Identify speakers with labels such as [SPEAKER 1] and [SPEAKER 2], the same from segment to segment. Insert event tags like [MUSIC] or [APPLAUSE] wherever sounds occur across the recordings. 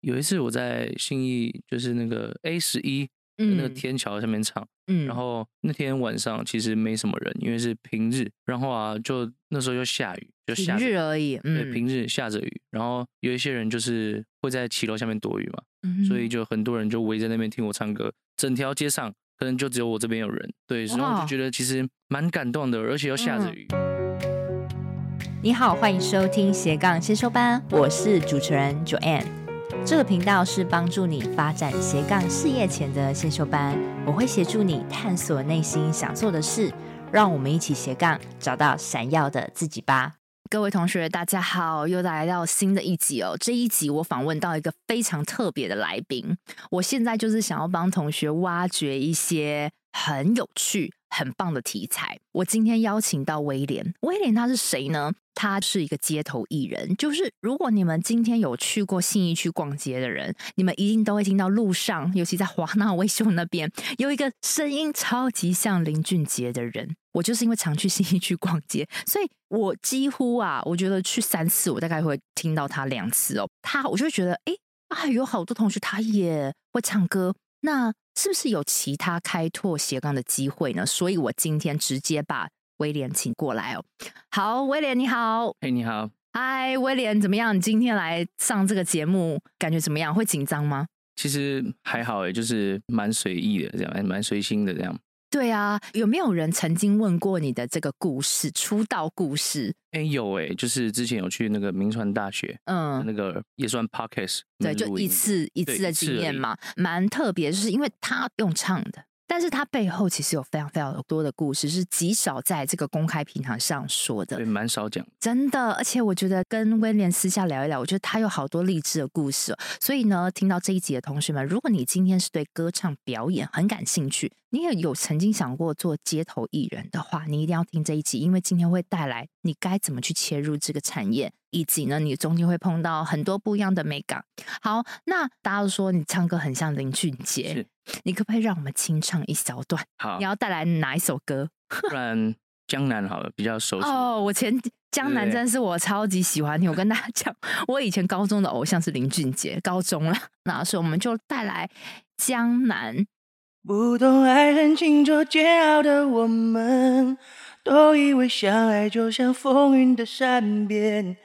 [SPEAKER 1] 有一次我在信义，就是那个 A 十一那个天桥上面唱。
[SPEAKER 2] 嗯
[SPEAKER 1] 然后那天晚上其实没什么人，因为是平日。然后啊，就那时候又下雨，就
[SPEAKER 2] 平
[SPEAKER 1] 下着
[SPEAKER 2] 日而已，
[SPEAKER 1] 对，
[SPEAKER 2] 嗯，
[SPEAKER 1] 平日下着雨。然后有一些人就是会在骑楼下面躲雨嘛，
[SPEAKER 2] 嗯
[SPEAKER 1] 所以就很多人就围在那边听我唱歌。整条街上可能就只有我这边有人，对，然后我
[SPEAKER 2] 哇
[SPEAKER 1] 就觉得其实蛮感动的，而且又下着
[SPEAKER 2] 嗯
[SPEAKER 1] 雨。
[SPEAKER 2] 你好，欢迎收听斜杠先修班，我是主持人 Joanne。这个频道是帮助你发展斜杠事业前的先修班，我会协助你探索内心想做的事，让我们一起斜杠，找到闪耀的自己吧。
[SPEAKER 3] 各位同学，大家好，又来到新的一集哦。这一集我访问到一个非常特别的来宾，我现在就是想要帮同学挖掘一些很有趣、很棒的题材。我今天邀请到威廉，威廉他是谁呢？他是一个街头艺人，就是如果你们今天有去过信义区逛街的人，你们一定都会听到路上，尤其在华纳威秀那边，有一个声音超级像林俊杰的人。我就是因为常去信义区逛街，所以我几乎啊，我觉得去三次，我大概会听到他两次哦。他，我就会觉得，诶，啊，有好多同学他也会唱歌，那是不是有其他开拓斜杠的机会呢？所以我今天直接把威廉请过来哦。好，威廉你好，
[SPEAKER 1] 嘿，哎你好，
[SPEAKER 3] 嗨，威廉怎么样？你今天来上这个节目，感觉怎么样？会紧张吗？
[SPEAKER 1] 其实还好诶，就是蛮随意的，这样还蛮随心的这样。
[SPEAKER 3] 对啊，有没有人曾经问过你的这个故事，出道故事？
[SPEAKER 1] 哎，有诶，就是之前有去那个民传大学，
[SPEAKER 3] 嗯，
[SPEAKER 1] 那个也算 podcast，
[SPEAKER 3] 对，就一次一
[SPEAKER 1] 对
[SPEAKER 3] 次的
[SPEAKER 1] 一次
[SPEAKER 3] 经
[SPEAKER 1] 而
[SPEAKER 3] 验
[SPEAKER 1] 已
[SPEAKER 3] 嘛，蛮特别，就是因为他用唱的，但是他背后其实有非常非常多的故事，是极少在这个公开平台上说的
[SPEAKER 1] 对，。蛮少讲。
[SPEAKER 3] 真的，而且我觉得跟威廉私下聊一聊，我觉得他有好多励志的故事、哦。所以呢，听到这一集的同学们，如果你今天是对歌唱表演很感兴趣，你也有曾经想过做街头艺人的话，你一定要听这一集，因为今天会带来你该怎么去切入这个产业，以及呢，你中间会碰到很多不一样的美感。好，那大家都说你唱歌很像林俊杰，你可不可以让我们清唱一小段？
[SPEAKER 1] 好
[SPEAKER 3] 你，要带来哪一首歌？
[SPEAKER 1] 不然江南好了，比较熟悉。
[SPEAKER 3] 哦，我前江南
[SPEAKER 1] 对
[SPEAKER 3] 真是我超级喜欢听。我跟大家 [LAUGHS] 讲，我以前高中的偶像是林俊杰，高中啦，那所以我们就带来江南。
[SPEAKER 4] 不懂爱恨情愁煎熬的我们，都以为相爱就像风云的善变，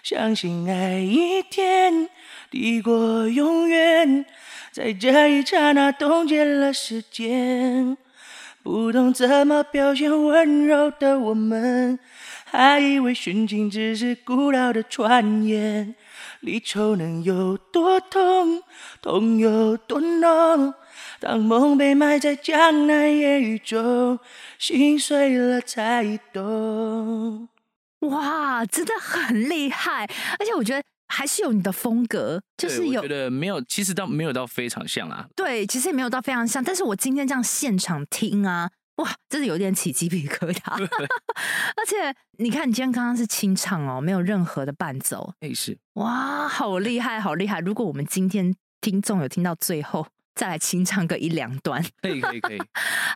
[SPEAKER 4] 相信爱一天抵过永远，在这一刹那冻结了时间。不懂怎么表现温柔的我们，还以为殉情只是古老的传言。离愁能有多痛，痛有多浓？当梦被埋在江南烟雨中，心碎了才懂。
[SPEAKER 3] 哇，真的很厉害，而且我觉得还是有你的风格，就
[SPEAKER 1] 对
[SPEAKER 3] 是
[SPEAKER 1] 我
[SPEAKER 3] 有
[SPEAKER 1] 觉得没有，其实到没有到非常像啦。
[SPEAKER 3] 对，其实也没有到非常像，但是我今天这样现场听啊，哇，真的有点起鸡皮疙瘩。 [LAUGHS] 而且你看，你今天刚刚是清唱哦，没有任何的伴奏，
[SPEAKER 1] 哎，是
[SPEAKER 3] 哇，好厉害，好厉害！如果我们今天听众有听到最后，再来清唱个一两段，
[SPEAKER 1] 可以可以
[SPEAKER 3] [LAUGHS]
[SPEAKER 1] 可以，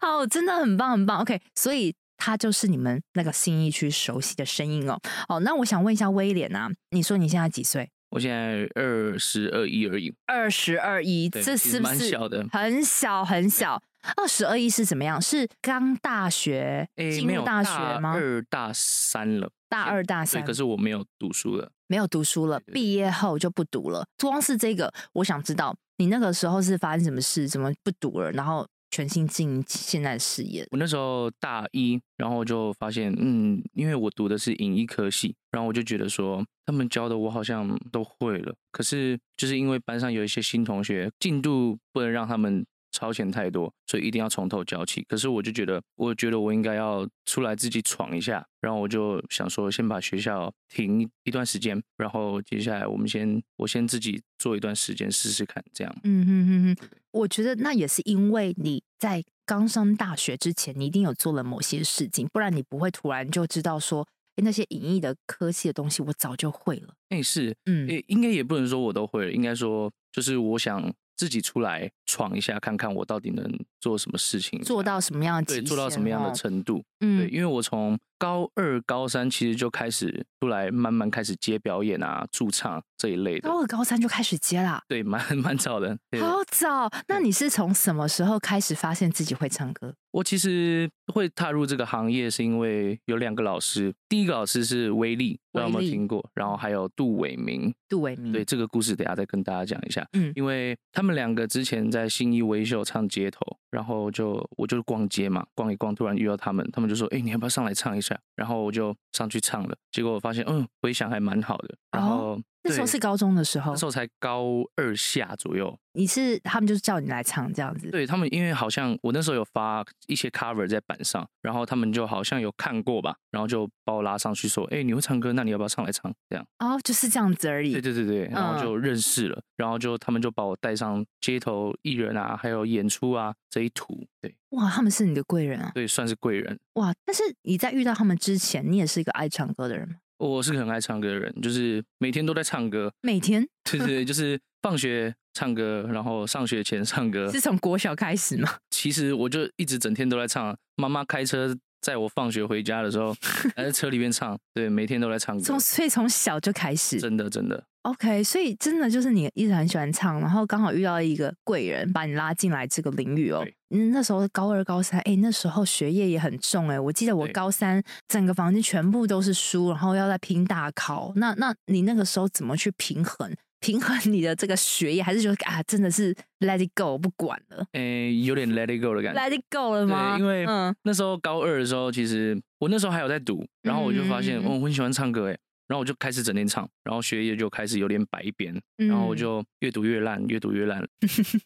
[SPEAKER 3] 哦，真的很棒，很棒。OK，所以它就是你们那个新一区熟悉的声音哦。哦，那我想问一下威廉啊，你说你现在几岁？
[SPEAKER 1] 我现在二十二一而已，
[SPEAKER 3] 二十二一，
[SPEAKER 1] 对
[SPEAKER 3] 这
[SPEAKER 1] 其
[SPEAKER 3] 是
[SPEAKER 1] 实
[SPEAKER 3] 不
[SPEAKER 1] 蛮
[SPEAKER 3] 是
[SPEAKER 1] 小的
[SPEAKER 3] 很小很小。二十二一是怎么样？是刚大学
[SPEAKER 1] 哎，
[SPEAKER 3] 进
[SPEAKER 1] 没
[SPEAKER 3] 入
[SPEAKER 1] 有
[SPEAKER 3] 大学吗？
[SPEAKER 1] 二大三了，
[SPEAKER 3] 大二大
[SPEAKER 1] 对，
[SPEAKER 3] 三
[SPEAKER 1] 可，是我没有读书了。
[SPEAKER 3] 没有读书了，
[SPEAKER 1] 对对对
[SPEAKER 3] 毕业后就不读了。光是这个，我想知道你那个时候是发生什么事，怎么不读了，然后全心经营现在的事业。
[SPEAKER 1] 我那时候大一，然后就发现，嗯，因为我读的是影艺科系，然后我就觉得说，他们教的我好像都会了，可是就是因为班上有一些新同学，进度不能让他们超前太多，所以一定要从头教起。可是我就觉得，我觉得我应该要出来自己闯一下，然后我就想说，先把学校停一段时间，然后接下来我们先，我先自己做一段时间试试看，这样。
[SPEAKER 3] 嗯哼哼哼，我觉得那也是因为你在刚上大学之前，你一定有做了某些事情，不然你不会突然就知道说，诶那些影艺的科系的东西我早就会了。
[SPEAKER 1] 哎，是，
[SPEAKER 3] 嗯
[SPEAKER 1] 也应该也不能说我都会了，应该说就是我想自己出来闯一下，看看我到底能做什么事情，
[SPEAKER 3] 做到什么样的极
[SPEAKER 1] 对
[SPEAKER 3] 限
[SPEAKER 1] 做到什么样的
[SPEAKER 3] 哦
[SPEAKER 1] 程度。对，
[SPEAKER 3] 嗯
[SPEAKER 1] 因为我从高二、高三其实就开始出来，慢慢开始接表演啊、驻唱这一类的。
[SPEAKER 3] 高二高三就开始接啦，
[SPEAKER 1] 对，蛮 [LAUGHS] 蛮早的。对
[SPEAKER 3] 好早。那你是从什么时候开始发现自己会唱歌？
[SPEAKER 1] 我其实会踏入这个行业，是因为有两个老师，第一个老师是威力，不知道有没
[SPEAKER 3] 威
[SPEAKER 1] 有
[SPEAKER 3] 力
[SPEAKER 1] 听过？然后还有杜伟明，
[SPEAKER 3] 杜伟明，
[SPEAKER 1] 对，这个故事，等一下再跟大家讲一下。
[SPEAKER 3] 嗯
[SPEAKER 1] 因为他们两个之前在新一微秀唱街头，然后就我就逛街嘛，逛一逛，突然遇到他们，他们就说：“哎、你要不要上来唱一下？”然后我就上去唱了，结果我发现，嗯，回响还蛮好的。然后、
[SPEAKER 3] 哦那时候
[SPEAKER 1] 对
[SPEAKER 3] 是高中的时候
[SPEAKER 1] 那时，候才高二下左右，
[SPEAKER 3] 你是他们就是叫你来唱这样子，
[SPEAKER 1] 对他们，因为好像我那时候有发一些 cover 在板上，然后他们就好像有看过吧，然后就把我拉上去说：“哎、你会唱歌，那你要不要上来唱？”这样。
[SPEAKER 3] 哦，就是这样子而已
[SPEAKER 1] 对。对对对，然
[SPEAKER 3] 嗯
[SPEAKER 1] 后就认识了，然后就他们就把我带上街头艺人啊，还有演出啊这一途，对
[SPEAKER 3] 哇，他们是你的贵人啊！
[SPEAKER 1] 对，算是贵人。
[SPEAKER 3] 哇，但是你在遇到他们之前，你也是一个爱唱歌的人吗？
[SPEAKER 1] 我是个很爱唱歌的人，就是每天都在唱歌，
[SPEAKER 3] 每天
[SPEAKER 1] 对对
[SPEAKER 3] [LAUGHS]
[SPEAKER 1] 对，就是放学唱歌，然后上学前唱歌
[SPEAKER 3] 是。从国小开始吗？
[SPEAKER 1] 其实我就一直整天都在唱，妈妈开车载我放学回家的时
[SPEAKER 3] [LAUGHS]
[SPEAKER 1] 候，还在车里面唱，对，每天都在唱歌
[SPEAKER 3] 从，所以从小就开始
[SPEAKER 1] 真的真的，
[SPEAKER 3] ，OK，所以真的就是你一直很喜欢唱，然后刚好遇到一个贵人把你拉进来这个领域哦
[SPEAKER 1] 对。
[SPEAKER 3] 嗯，那时候高二、高三，哎、那时候学业也很重哎、我记得我
[SPEAKER 1] 对
[SPEAKER 3] 高三整个房间全部都是书，然后要在拼大考。那那你那个时候怎么去平衡？平衡你的这个学业，还是觉得啊，真的是 let it go，不管了
[SPEAKER 1] 诶，有点 let it go 的感觉。
[SPEAKER 3] ，let it go 了吗？
[SPEAKER 1] 对，因为
[SPEAKER 3] 嗯，
[SPEAKER 1] 那时候高二的时候，其实我那时候还有在读，然后我就发现，
[SPEAKER 3] 嗯
[SPEAKER 1] 哦，我很喜欢唱歌诶，然后我就开始整天唱，然后学业就开始有点白边，然后我
[SPEAKER 3] 嗯
[SPEAKER 1] 就越读越烂，越读越
[SPEAKER 3] [LAUGHS]
[SPEAKER 1] 烂，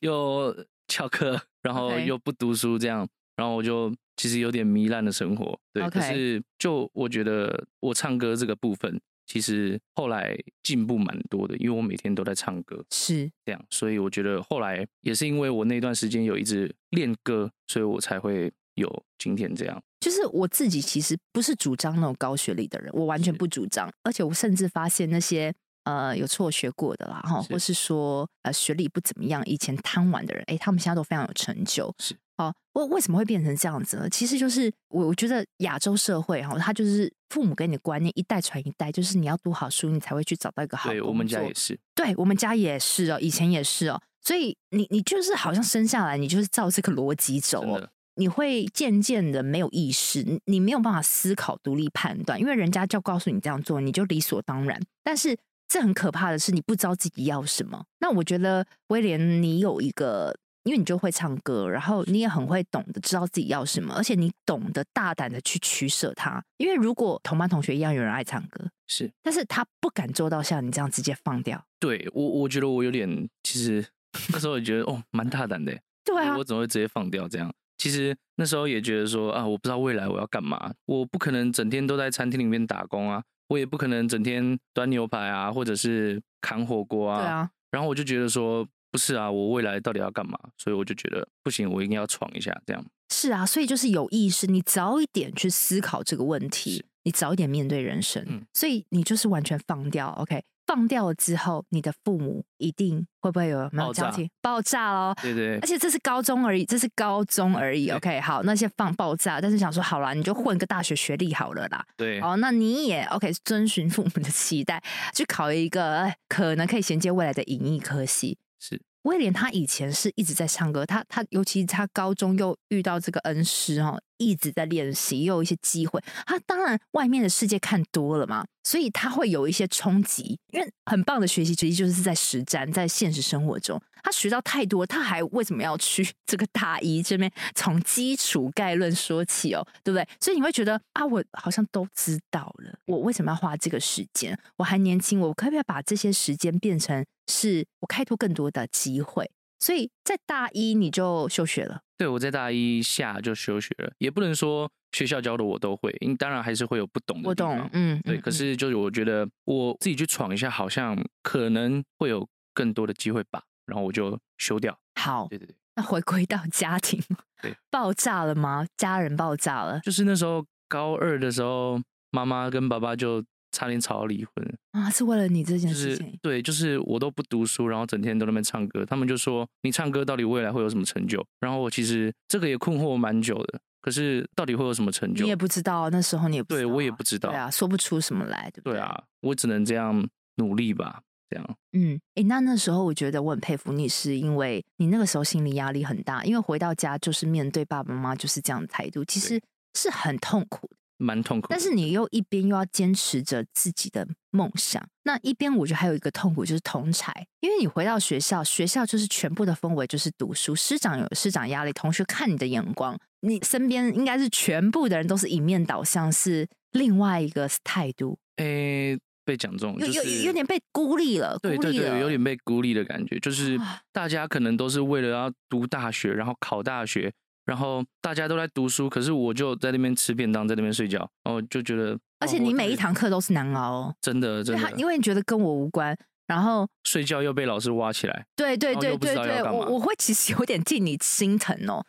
[SPEAKER 1] 又翘课，然后
[SPEAKER 3] OK
[SPEAKER 1] 又不读书这样，然后我就其实有点糜烂的生活。对，
[SPEAKER 3] OK
[SPEAKER 1] 可是就我觉得我唱歌这个部分，其实后来进步蛮多的，因为我每天都在唱歌。
[SPEAKER 3] 是
[SPEAKER 1] 这样，所以我觉得后来也是因为我那段时间有一直练歌，所以我才会有今天这样。
[SPEAKER 3] 就是我自己其实不是主张那种高学历的人，我完全不主张，而且我甚至发现那些呃有辍学过的啦，哈，
[SPEAKER 1] 是
[SPEAKER 3] 或是说呃学历不怎么样，以前贪玩的人，哎，他们现在都非常有成就。
[SPEAKER 1] 是。
[SPEAKER 3] 哦，为为什么会变成这样子呢？其实就是我我觉得亚洲社会哈，它就是父母给你的观念一代传一代，就是你要读好书，你才会去找到一个好工
[SPEAKER 1] 对
[SPEAKER 3] 作。
[SPEAKER 1] 我们家也是，
[SPEAKER 3] 对我们家也是哦，以前也是哦，所以你你就是好像生下来你就是照这个逻辑走
[SPEAKER 1] 真
[SPEAKER 3] 哦
[SPEAKER 1] 的，
[SPEAKER 3] 你会渐渐的没有意识，你你没有办法思考、独立判断，因为人家就告诉你这样做，你就理所当然。但是这很可怕的是，你不知道自己要什么。那我觉得威廉，你有一个。因为你就会唱歌，然后你也很会懂得知道自己要什么，而且你懂得大胆的去取舍它。因为如果同班同学一样有人爱唱歌，
[SPEAKER 1] 是
[SPEAKER 3] 但是他不敢做到像你这样直接放掉，
[SPEAKER 1] 对我，我觉得我有点，其实那时候也觉得哦，蛮大
[SPEAKER 3] [LAUGHS]
[SPEAKER 1] 胆的耶，
[SPEAKER 3] 对啊
[SPEAKER 1] 我，怎么会直接放掉这样？其实那时候也觉得说啊，我不知道未来我要干嘛，我不可能整天都在餐厅里面打工啊，我也不可能整天端牛排啊，或者是扛火锅
[SPEAKER 3] 对啊，
[SPEAKER 1] 然后我就觉得说，不是啊，我未来到底要干嘛？所以我就觉得不行，我一定要闯一下，这样
[SPEAKER 3] 是啊，所以就是有意识，你早一点去思考这个问题
[SPEAKER 1] 是，
[SPEAKER 3] 你早一点面对人生，
[SPEAKER 1] 嗯
[SPEAKER 3] 所以你就是完全放掉，OK，放掉了之后，你的父母一定会不会有没有
[SPEAKER 1] 爆炸
[SPEAKER 3] 交集爆炸喽？
[SPEAKER 1] 对对
[SPEAKER 3] 而且这是高中而已，这是高中而已
[SPEAKER 1] 对
[SPEAKER 3] ，OK，好，那些放爆炸，但是想说好啦，你就混个大学学历好了啦，
[SPEAKER 1] 对，
[SPEAKER 3] 哦，那你也 OK，遵循父母的期待，去考一个哎可能可以衔接未来的影艺科系。
[SPEAKER 1] 是
[SPEAKER 3] 威廉他以前是一直在唱歌，他他尤其他高中又遇到这个恩师哦，一直在练习，又有一些机会。他当然外面的世界看多了嘛，所以他会有一些冲击。因为很棒的学习其实就是在实战，在现实生活中，他学到太多，他还为什么要去 [LAUGHS] 这个大一这边从基础概论说起哦，对不对？所以你会觉得啊，我好像都知道了，我为什么要花这个时间？我还年轻，我可不可以把这些时间变成是我开拓更多的机会？所以在大一你就休学了，
[SPEAKER 1] 对，我在大一下就休学了，也不能说学校教的我都会，因当然还是会有不懂的
[SPEAKER 3] 我
[SPEAKER 1] 地方。
[SPEAKER 3] 懂，嗯，
[SPEAKER 1] 对，
[SPEAKER 3] 嗯
[SPEAKER 1] 可
[SPEAKER 3] 嗯
[SPEAKER 1] 是就是我觉得我自己去闯一下，好像可能会有更多的机会吧，然后我就休掉。
[SPEAKER 3] 好，
[SPEAKER 1] 对对对，
[SPEAKER 3] 那回归到家庭
[SPEAKER 1] 对，
[SPEAKER 3] [LAUGHS] 爆炸了吗？家人爆炸了，
[SPEAKER 1] 就是那时候高二的时候，妈妈跟爸爸就差点吵到离婚。
[SPEAKER 3] 啊，是为了你这件
[SPEAKER 1] 就
[SPEAKER 3] 事
[SPEAKER 1] 是
[SPEAKER 3] 情，
[SPEAKER 1] 对，就是我都不读书，然后整天都在那边唱歌。他们就说你唱歌到底未来会有什么成就？然后我其实这个也困惑我蛮久的，可是到底会有什么成就
[SPEAKER 3] 你也？不知道，那时候你也不知
[SPEAKER 1] 对
[SPEAKER 3] 道
[SPEAKER 1] 我也
[SPEAKER 3] 啊
[SPEAKER 1] 不知道。
[SPEAKER 3] 对啊，说不出什么来，对不
[SPEAKER 1] 对啊，我只能这样努力吧。这样，
[SPEAKER 3] 嗯，诶，那那时候我觉得我很佩服你，是因为你那个时候心理压力很大，因为回到家就是面对爸爸妈妈就是这样的态度，其实是很痛苦的。
[SPEAKER 1] 蛮痛苦的。
[SPEAKER 3] 但是你又一边又要坚持着自己的梦想，那一边我觉得还有一个痛苦就是同才，因为你回到学校，学校就是全部的氛围就是读书，师长有师长压力，同学看你的眼光，你身边应该是全部的人都是一面倒向，是另外一个态度，
[SPEAKER 1] 诶、被讲中，
[SPEAKER 3] 有
[SPEAKER 1] 就
[SPEAKER 3] 有
[SPEAKER 1] 是
[SPEAKER 3] 有点被孤立了，
[SPEAKER 1] 对
[SPEAKER 3] 孤
[SPEAKER 1] 对
[SPEAKER 3] 立了
[SPEAKER 1] 对，有点被孤立的感觉，就是
[SPEAKER 3] 啊
[SPEAKER 1] 大家可能都是为了要读大学，然后考大学，然后大家都在读书，可是我就在那边吃便当，在那边睡觉，然后就觉得，
[SPEAKER 3] 而且
[SPEAKER 1] 哦我
[SPEAKER 3] 你
[SPEAKER 1] 到
[SPEAKER 3] 每一
[SPEAKER 1] 底
[SPEAKER 3] 堂课都是难熬哦，
[SPEAKER 1] 真的
[SPEAKER 3] 对
[SPEAKER 1] 真
[SPEAKER 3] 他
[SPEAKER 1] 的，
[SPEAKER 3] 因为你觉得跟我无关，然后
[SPEAKER 1] 睡觉又被老师挖起来，
[SPEAKER 3] 对对
[SPEAKER 1] 然后
[SPEAKER 3] 对
[SPEAKER 1] 又不
[SPEAKER 3] 对
[SPEAKER 1] 知道要
[SPEAKER 3] 对，
[SPEAKER 1] 干
[SPEAKER 3] 我
[SPEAKER 1] 嘛
[SPEAKER 3] 我会其实有点替你心疼
[SPEAKER 1] [LAUGHS]
[SPEAKER 3] 哦。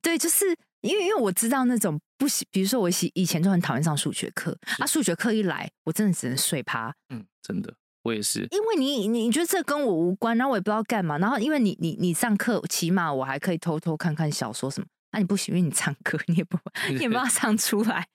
[SPEAKER 3] 对，就是因为因为我知道那种不喜，比如说我以以前就很讨厌上数学课啊，数学课一来，我真的只能睡趴，
[SPEAKER 1] 嗯，真的，我也是，
[SPEAKER 3] 因为你你你觉得这跟我无关，然后我也不知道干嘛，然后因为你你你上课，起码我还可以偷偷看看小说什么，啊你不行，因为你唱歌，你也不你 [LAUGHS] 也没办法唱出来，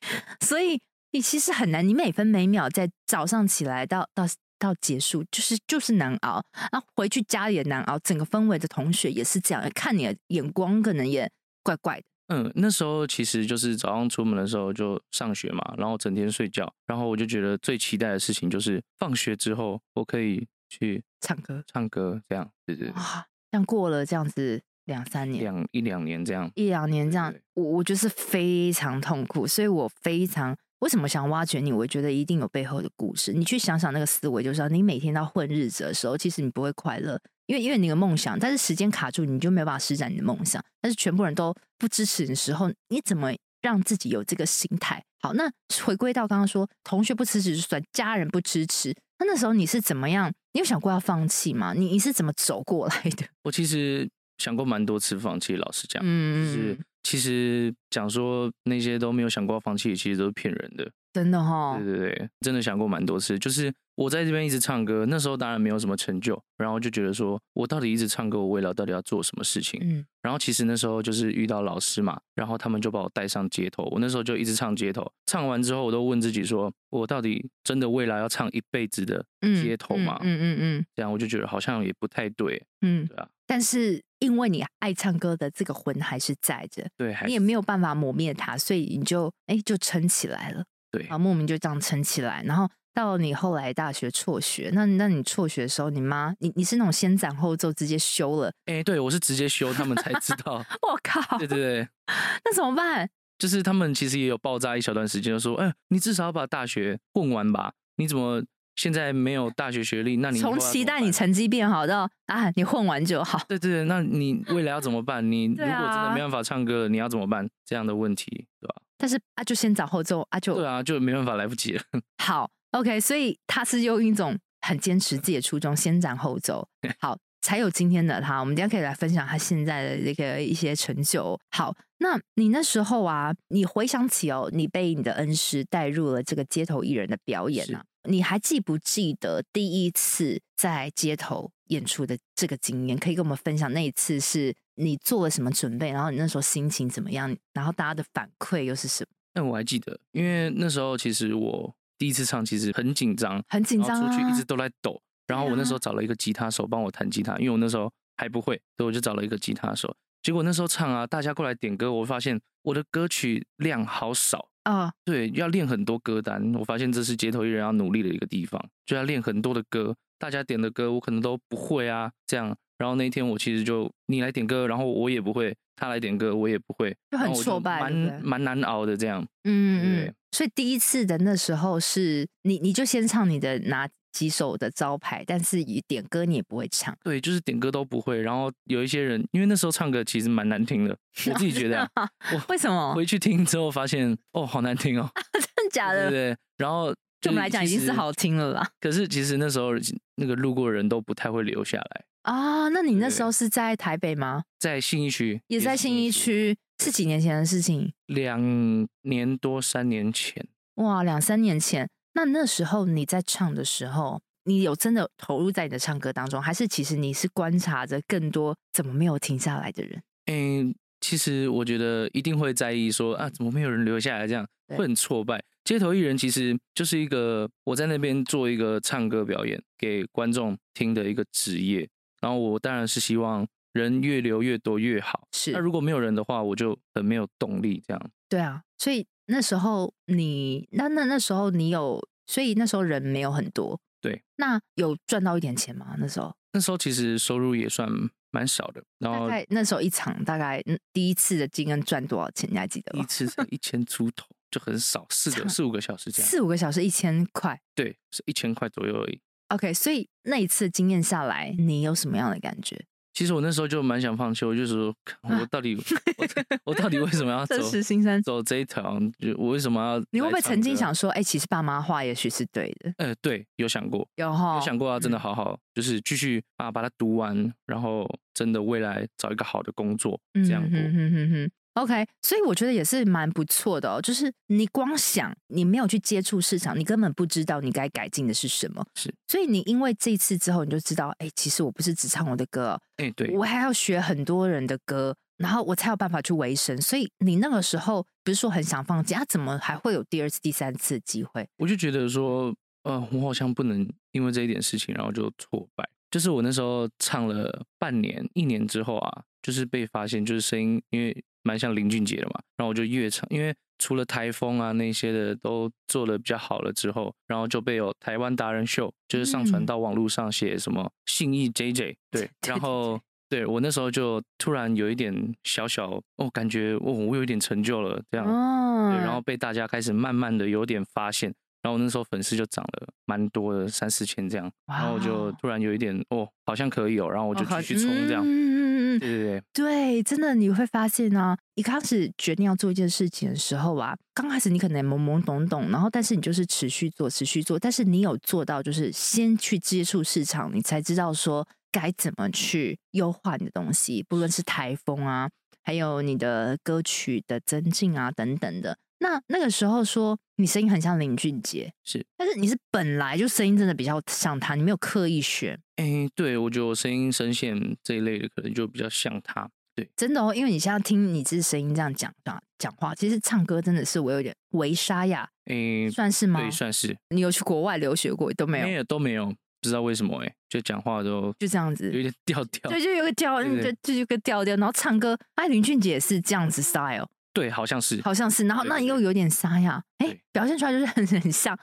[SPEAKER 3] 所以你其实很难，你每分每秒在早上起来到到到结束，就是就是难熬，然后回去家里也难熬，整个氛围的同学也是这样，看你的眼光可能也怪怪的，
[SPEAKER 1] 嗯，那时候其实就是早上出门的时候就上学嘛，然后整天睡觉，然后我就觉得最期待的事情就是放学之后我可以去
[SPEAKER 3] 唱歌
[SPEAKER 1] 唱歌，这样，对对对，
[SPEAKER 3] 哇，这样过了这样子两三年，
[SPEAKER 1] 两一两年这样，
[SPEAKER 3] 一两年这样
[SPEAKER 1] 对，
[SPEAKER 3] 我我就是非常痛苦，所以我非常为什么想挖掘你？我觉得一定有背后的故事。你去想想那个思维，就是你每天到混日子的时候，其实你不会快乐，因为因为你的梦想，但是时间卡住，你就没有办法施展你的梦想。但是全部人都不支持你的时候，你怎么让自己有这个心态？好，那回归到刚刚说，同学不支持就算，家人不支持，那那时候你是怎么样？你有想过要放弃吗？你你是怎么走过来的？
[SPEAKER 1] 我其实想过蛮多次放弃，老实讲，就是
[SPEAKER 3] 嗯，
[SPEAKER 1] 其实讲说那些都没有想过要放弃，其实都是骗人的。
[SPEAKER 3] 真的哦哈、
[SPEAKER 1] 对对对，真的想过蛮多次。就是我在这边一直唱歌，那时候当然没有什么成就，然后就觉得说我到底一直唱歌，我未来到底要做什么事情？
[SPEAKER 3] 嗯。
[SPEAKER 1] 然后其实那时候就是遇到老师嘛，然后他们就把我带上街头。我那时候就一直唱街头，唱完之后我都问自己说，我到底真的未来要唱一辈子的
[SPEAKER 3] 嗯
[SPEAKER 1] 街头
[SPEAKER 3] 嗯
[SPEAKER 1] 吗？
[SPEAKER 3] 嗯嗯嗯
[SPEAKER 1] 这样我就觉得好像也不太对，
[SPEAKER 3] 嗯
[SPEAKER 1] 对啊，
[SPEAKER 3] 但是因为你爱唱歌的这个魂还是在着，
[SPEAKER 1] 对，还
[SPEAKER 3] 你也
[SPEAKER 1] 是
[SPEAKER 3] 没有办法磨灭它，所以你就哎就撑起来了
[SPEAKER 1] 对
[SPEAKER 3] 啊，莫名就这样撑起来。然后到你后来大学辍学，那那你辍学的时候，你妈你你是那种先斩后奏，直接休了， [LAUGHS]
[SPEAKER 1] 哎、对我是直接修，他们才知道。
[SPEAKER 3] 我靠，
[SPEAKER 1] 对对对，
[SPEAKER 3] 那怎么办？
[SPEAKER 1] 就是他们其实也有爆炸一小段时间，就说，哎、你至少要把大学混完吧？你怎么现在没有大学学历？那你以后
[SPEAKER 3] 从
[SPEAKER 1] 要怎么
[SPEAKER 3] 期待
[SPEAKER 1] 办
[SPEAKER 3] 你成绩变好到啊，你混完就好。
[SPEAKER 1] 对对对，那你未来要怎么办？你如果
[SPEAKER 3] [LAUGHS] 对
[SPEAKER 1] 真的
[SPEAKER 3] 啊
[SPEAKER 1] 没办法唱歌，你要怎么办？这样的问题，对吧？
[SPEAKER 3] 但是啊，就先斩后奏啊，就
[SPEAKER 1] 对啊，就没办法，来不及了。 [LAUGHS]
[SPEAKER 3] 好，OK，所以他是用一种很坚持自己的初衷，先斩后
[SPEAKER 1] [LAUGHS]
[SPEAKER 3] 奏，好，才有今天的他。我们等一下可以来分享他现在的这个一些成就。好，那你那时候啊，你回想起哦，你被你的恩师带入了这个街头艺人的表演啊，你还记不记得第一次在街头演出的这个经验？可以跟我们分享那一次是你做了什么准备，然后你那时候心情怎么样，然后大家的反馈又是什么？
[SPEAKER 1] 但我还记得，因为那时候其实我第一次唱，其实很紧张，
[SPEAKER 3] 很紧张
[SPEAKER 1] 然
[SPEAKER 3] 啊，
[SPEAKER 1] 后出去一直都在抖。然后我那时候找了一个吉他手帮我弹吉他，因为我那时候还不会，所以我就找了一个吉他手。结果那时候唱啊，大家过来点歌，我发现我的歌曲量好少，
[SPEAKER 3] 啊、
[SPEAKER 1] 对，要练很多歌单。我发现这是街头艺人要努力的一个地方，就要练很多的歌。大家点的歌我可能都不会啊，这样。然后那一天我其实就你来点歌，然后我也不会，他来点歌我也不会，
[SPEAKER 3] 就很
[SPEAKER 1] 然后我
[SPEAKER 3] 挫败对不对
[SPEAKER 1] 蛮蛮难熬的这样。
[SPEAKER 3] 嗯嗯
[SPEAKER 1] 对，
[SPEAKER 3] 所以第一次的那时候是你，你就先唱你的哪几首的招牌，但是一点歌你也不会唱，
[SPEAKER 1] 对，就是点歌都不会。然后有一些人，因为那时候唱歌其实蛮难听的，我自己觉
[SPEAKER 3] [LAUGHS]
[SPEAKER 1] 得啊、
[SPEAKER 3] 为什么？
[SPEAKER 1] 回去听之后发现，哦，好难听哦，
[SPEAKER 3] 真的哦假
[SPEAKER 1] 对
[SPEAKER 3] 的？
[SPEAKER 1] 对对。然后
[SPEAKER 3] 对我们
[SPEAKER 1] 是
[SPEAKER 3] 来讲已
[SPEAKER 1] 其
[SPEAKER 3] 经是
[SPEAKER 1] 实
[SPEAKER 3] 好听了
[SPEAKER 1] [LAUGHS]
[SPEAKER 3] 啦。
[SPEAKER 1] 可是其实那时候那个路过的人都不太会留下来，
[SPEAKER 3] 啊，那你那
[SPEAKER 1] 对
[SPEAKER 3] 时候是在台北吗？
[SPEAKER 1] 在信义区
[SPEAKER 3] 也在
[SPEAKER 1] 是
[SPEAKER 3] 信义，区，是几年前的事情？
[SPEAKER 1] 两年多三年前，
[SPEAKER 3] 哇，两三年前。那那时候你在唱的时候，你有真的投入在你的唱歌当中，还是其实你是观察着更多怎么没有停下来的人？
[SPEAKER 1] 嗯，其实我觉得一定会在意说啊，怎么没有人留下来，这样
[SPEAKER 3] 对
[SPEAKER 1] 会很挫败。街头艺人其实就是一个我在那边做一个唱歌表演给观众听的一个职业，然后我当然是希望人越留越多越好。
[SPEAKER 3] 是
[SPEAKER 1] 那如果没有人的话，我就很没有动力这样。
[SPEAKER 3] 对啊，所以那时候你那那那时候你有，所以那时候人没有很多。
[SPEAKER 1] 对，
[SPEAKER 3] 那有赚到一点钱吗？那时候
[SPEAKER 1] 那时候其实收入也算蛮少的，然
[SPEAKER 3] 大
[SPEAKER 1] 后
[SPEAKER 3] 概那时候一场大概嗯第一次的经验赚多少钱？你还记得
[SPEAKER 1] 一
[SPEAKER 3] 吗？
[SPEAKER 1] 次才一千出头，就很少，四个
[SPEAKER 3] 差
[SPEAKER 1] 四五个小时这样，
[SPEAKER 3] 四五个小时一千块。
[SPEAKER 1] 对，是一千块左右而已。
[SPEAKER 3] OK，所以那一次经验下来，你有什么样的感觉？
[SPEAKER 1] 其实我那时候就蛮想放弃，我就说，看我到
[SPEAKER 3] [LAUGHS]
[SPEAKER 1] 底、我我到底为什么要走
[SPEAKER 3] 啊这是新三
[SPEAKER 1] 走这一条？就我为什么要？
[SPEAKER 3] 你会不会曾经想？说，哎、其实爸妈话也许是对的，
[SPEAKER 1] 呃，对，有想过，
[SPEAKER 3] 有哈？
[SPEAKER 1] 有想过啊要真的
[SPEAKER 3] 嗯
[SPEAKER 1] 好好，就是继续啊把它读完，然后真的未来找一个好的工作，这样过。
[SPEAKER 3] 嗯哼哼哼哼 OK，所以我觉得也是蛮不错的哦。就是你光想，你没有去接触市场，你根本不知道你该改进的是什么。
[SPEAKER 1] 是，
[SPEAKER 3] 所以你因为这一次之后，你就知道，哎、其实我不是只唱我的歌哦，
[SPEAKER 1] 哎、对，
[SPEAKER 3] 我还要学很多人的歌，然后我才有办法去维生。所以你那个时候不是说很想放弃，啊，怎么还会有第二次、第三次的机会？
[SPEAKER 1] 我就觉得说，呃，我好像不能因为这一点事情，然后就挫败。就是我那时候唱了半年、一年之后啊，就是被发现，就是声音因为蛮像林俊杰的嘛，然后我就越唱，因为除了台风啊那些的都做的比较好了之后，然后就被有台湾达人秀，就是上传
[SPEAKER 3] 嗯
[SPEAKER 1] 到网络上写什么信义 JJ，对，
[SPEAKER 3] 对
[SPEAKER 1] 然后对我那时候就突然有一点小小哦，感觉哦我有一点成就了这样，
[SPEAKER 3] 哦
[SPEAKER 1] 对，然后被大家开始慢慢的有点发现，然后那时候粉丝就涨了蛮多的，三四千这样，然后我就
[SPEAKER 3] 哇
[SPEAKER 1] 突然有一点哦，好像可以哦，然后我就继续冲这样，
[SPEAKER 3] 嗯嗯嗯嗯
[SPEAKER 1] 对对对，
[SPEAKER 3] 对，真的你会发现啊，一开始决定要做一件事情的时候啊，刚开始你可能懵懵懂懂，然后但是你就是持续做，持续做，但是你有做到，就是先去接触市场，你才知道说该怎么去优化你的东西，不论是台风啊，还有你的歌曲的增进啊等等的。那那个时候说你声音很像林俊杰，
[SPEAKER 1] 是，
[SPEAKER 3] 但是你是本来就声音真的比较像他，你没有刻意学，
[SPEAKER 1] 哎，对我觉得我声音声线这一类的可能就比较像他，对，
[SPEAKER 3] 真的哦，因为你现在听你这声音这样讲讲讲话，其实唱歌真的是我有点微沙哑，
[SPEAKER 1] 哎，
[SPEAKER 3] 算是吗
[SPEAKER 1] 对，？算是
[SPEAKER 3] 你有去国外留学过都没有，
[SPEAKER 1] 有都没有，不知道为什么哎，就讲话都
[SPEAKER 3] 就这样子
[SPEAKER 1] 有，一点调调
[SPEAKER 3] 对，，就有个调，
[SPEAKER 1] 对
[SPEAKER 3] 嗯
[SPEAKER 1] 对
[SPEAKER 3] 对，就有个调调，然后唱歌，哎，林俊杰也是这样子 style，
[SPEAKER 1] 对，好像是，
[SPEAKER 3] 好像是，然后
[SPEAKER 1] 对
[SPEAKER 3] 那
[SPEAKER 1] 对对
[SPEAKER 3] 又有点沙哑，哎
[SPEAKER 1] 对，
[SPEAKER 3] 表现出来就是很 [LAUGHS] 很像。